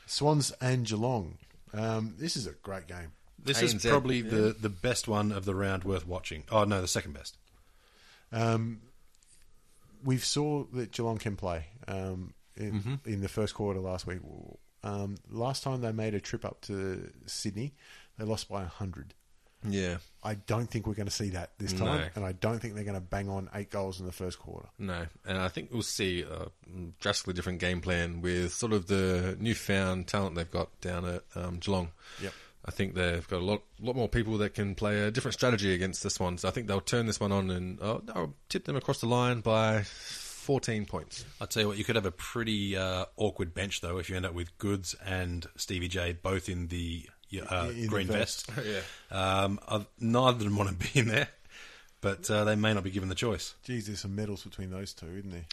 Swans and Geelong. Um, this is a great game.
This is
ANZ,
probably the, the best one of the round worth watching. Oh, no, the second best.
We've saw that Geelong can play um, in, in the first quarter last week. Um, last time they made a trip up to Sydney, they lost by hundred.
yeah.
I don't think we're going to see that this time,
No.
and I don't think they're going to bang on eight goals in the first quarter.
No, and I think we'll see a drastically different game plan with sort of the newfound talent they've got down at um, Geelong.
Yep.
I think they've got a lot, lot more people that can play a different strategy against this one. So I think they'll turn this one on and uh, I'll tip them across the line by 14 points.
I'll tell you what, you could have a pretty uh, awkward bench, though, if you end up with Goods and Stevie J both in the uh,
In the
green
vest.
vest. yeah. Um, I've, neither of them want to be in there, but uh, they may not be given the choice.
Geez, there's some medals between those two, isn't there?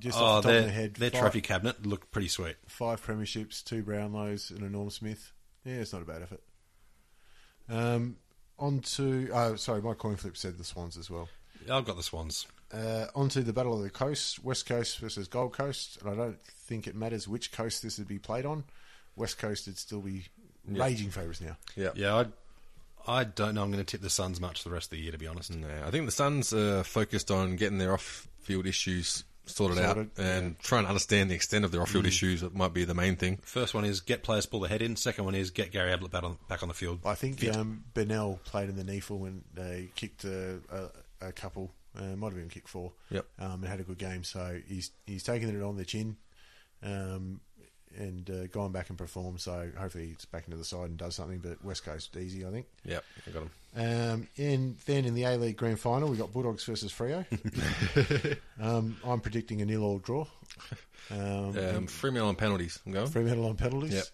Just
Oh,
off the top
their,
of my head,
their
five-
trophy cabinet looked pretty sweet.
five premierships, two Brownlows, and a Norm Smith. Yeah, it's not a bad effort. Um, on to oh, sorry, my coin flip said the Swans as well.
I've got the Swans.
Uh, on to the Battle of the Coast, West Coast versus Gold Coast, and I don't think it matters which coast this would be played on. West Coast would still be raging favourites now.
Yeah.
Yeah, I, I don't know. I'm going to tip the Suns much the rest of the year, to be honest.
No, I think the Suns are focused on getting their off-field issues sorted,
Sorted, Mm.
out and trying to understand the extent of their off-field issues. That might be the main thing.
First one is get players to pull their head in. Second one is get Gary Ablett back on, back on the field.
I think um, Benell played in the kneeful when they kicked a, a, a couple. Uh, might have even kicked four.
Yep.
Um, and had a good game, so he's he's taken it on the chin, um, and uh, gone back and performed. So hopefully he's back into the side and does something. But West Coast easy, I think.
Yep, I got them.
Um, and then in the A League Grand Final, we got Bulldogs versus Frio. um, I'm predicting a nil-all draw. Um,
Um, Fremantle on penalties. I'm going.
Fremantle on penalties.
Yep.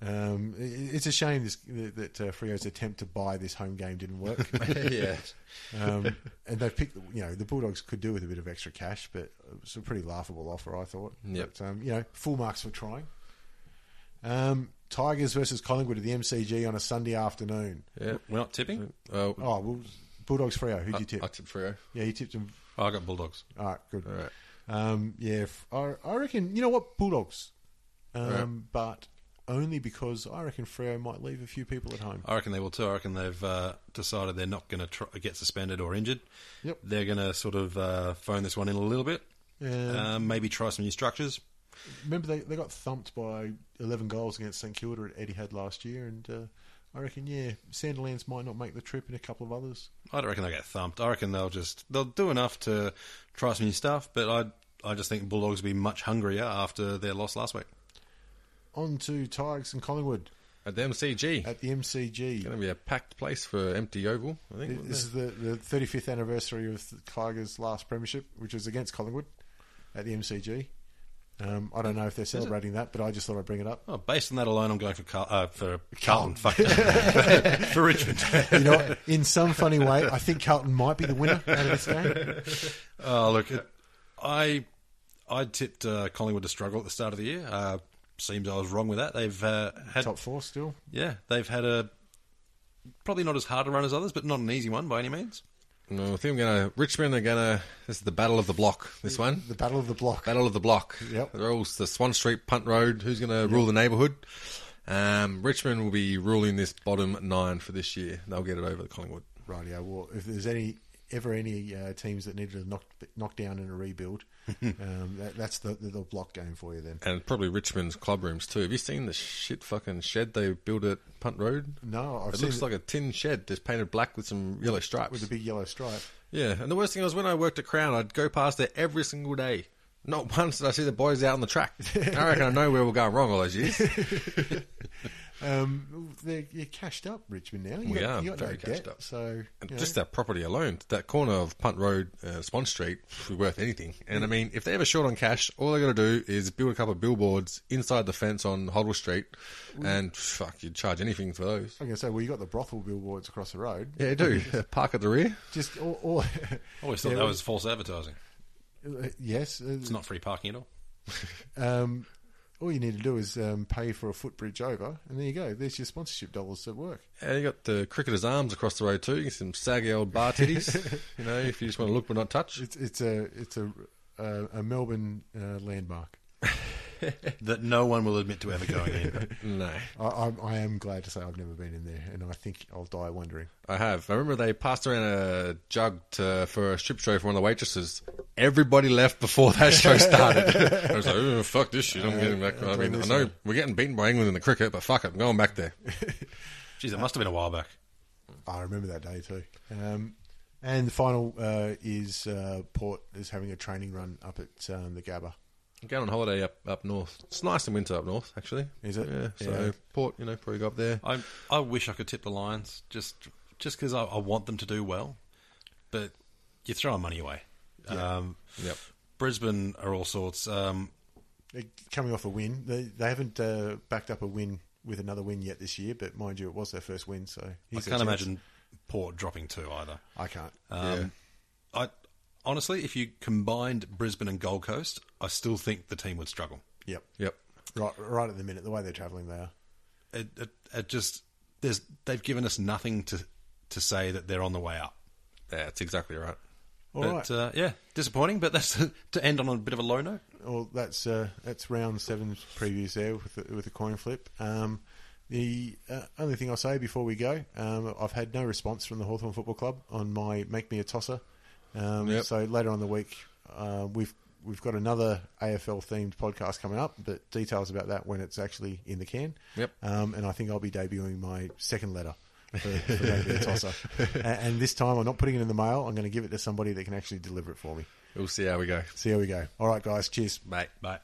Um, i- i- it's a shame this, that, that uh, Frio's attempt to buy this home game didn't work.
yeah.
um, and they picked, you know, the Bulldogs could do with a bit of extra cash, but it was a pretty laughable offer, I thought.
Yep.
But, um, you know, full marks for trying. Um, Tigers versus Collingwood at the MCG on a Sunday afternoon.
Yeah.
We're not tipping.
Uh,
Oh, well, Bulldogs Frio. Who'd you tip?
I tipped Frio.
yeah, you tipped them.
Oh, I got Bulldogs.
All right, good.
All right.
Um, yeah, f- I, I reckon. You know what, Bulldogs, um, but only because I reckon Freo might leave a few people at
Oh,
home.
I reckon they will too. I reckon they've uh, decided they're not going to tr- get suspended or injured.
Yep.
They're going to sort of uh, phone this one in a little bit.
uh,
Yeah.
Um, maybe try some new structures.
Remember they, they got thumped by eleven goals against St Kilda at Etihad last year, and uh, I reckon yeah, Sanderlands might not make the trip, and a couple of others.
I don't reckon they'll get thumped. I reckon they'll just they'll do enough to try some new stuff. But I I just think Bulldogs will be much hungrier after their loss last week.
On to Tigers and Collingwood
At the MCG.
at the MCG.
going to be a packed place for empty oval. I think. wasn't
This
it?
is the, the 35th anniversary of the Tigers' last premiership, which was against Collingwood at the MCG. Um, I don't know if they're celebrating that, but I just thought I'd bring it up.
Oh, based on that alone, I'm going for Car- uh, for Carlton. Fuck for Richmond.
You know, in some funny way, I think Carlton might be the winner out of this game.
Oh, look, it, I I tipped uh, Collingwood to struggle at the start of the year. Uh, seems I was wrong with that. They've uh, had
Top four still.
yeah, they've had a probably not as hard a run as others, but not an easy one by any means.
No, I think I'm going to. Richmond are going to. This is the battle of the block, this one.
The battle of the block.
Battle of the Block.
Yep.
They're all the Swan Street Punt Road. Who's going to rule the neighbourhood? Um, Richmond will be ruling this bottom nine for this year. They'll get it over to Collingwood.
Rightio. Well, if there's any ever any uh, teams that needed a knock, knock down and a rebuild, um, that, that's the, the, the block game for you then.
And probably Richmond's club rooms too. Have you seen the shit fucking shed they built at Punt Road?
No, I've
it
seen
looks
it-
like a tin shed just painted black with some yellow stripes.
With a big yellow stripe.
Yeah, and the worst thing was when I worked at Crown, I'd go past there every single day. Not once did I see the boys out on the track. I reckon I know where we're going wrong all those years.
Um, they're, you're cashed up, Richmond, now. You
We
got,
are
you got
very
no
cashed
debt,
up.
So,
And
you know.
Just that property alone, that corner of Punt Road, uh, Swan Street, phew, worth anything. And I mean, if they're ever short on cash, all they got to do is build a couple of billboards inside the fence on Hoddle Street, and fuck, you'd charge anything for those.
I'm going to say, well, you got the brothel billboards across the road.
Yeah, do park at the rear.
Just all. all
Always thought
Yeah,
that was false advertising.
uh, yes. uh,
It's not free parking at all.
Um, all you need to do is um, pay for a footbridge over, and there you go. There's your sponsorship dollars at work.
Yeah, you got the cricketers' arms across the road too. You get some saggy old bar titties. you know, if you just want to look but not touch.
It's it's a it's a a, a Melbourne uh, landmark.
That no one will admit to ever going in.
No,
I, I, I am glad to say I've never been in there, and I think I'll die wondering.
I have. I remember they passed around a jug to, for a strip show for one of the waitresses. Everybody left before that show started. I was like, oh, fuck this shit. I'm
Uh,
getting back. I mean, I know we're getting beaten by England in the cricket, but fuck it, I'm going back there.
Geez, it must have been a while back.
I remember that day too. Um, and the final uh, is uh, Port is having a training run up at um, the Gabba.
I'm going on holiday up, up north. It's nice in winter up north, actually.
Is it?
Yeah. So
Yeah.
port, you know, probably go up there.
I I wish I could tip the Lions just just because I, I want them to do well, but you're throwing money away. Um,
Yep.
Brisbane are all sorts. Um,
They're coming off a win, they they haven't uh, backed up a win with another win yet this year. But mind you, it was their first win, so
I
here's their
can't
chance.
imagine Port dropping two either.
I can't.
Um, I honestly, if you combined Brisbane and Gold Coast, I still think the team would struggle.
Yep.
Yep.
Right, right at the minute, the way they're travelling, they are.
It, it, it just there's they've given us nothing to to say that they're on the way up.
Yeah, that's exactly right.
All right.
but uh, yeah, disappointing. But that's to end on a bit of a low note.
Well, that's uh, that's round seven's previews there with the, with the coin flip. Um, the uh, only thing I'll say before we go, um, I've had no response from the Hawthorn Football Club on my make me a tosser. Um,
Yep.
So later on in the week, uh, we've we've got another AFL themed podcast coming up, but details about that when it's actually in the can.
Yep.
Um, and I think I'll be debuting my second letter. For, for Make Me a tosser, and, and this time I'm not putting it in the mail. I'm going to give it to somebody that can actually deliver it for me.
We'll see how we go.
See how we go. All right, guys. Cheers.
Bye. Bye.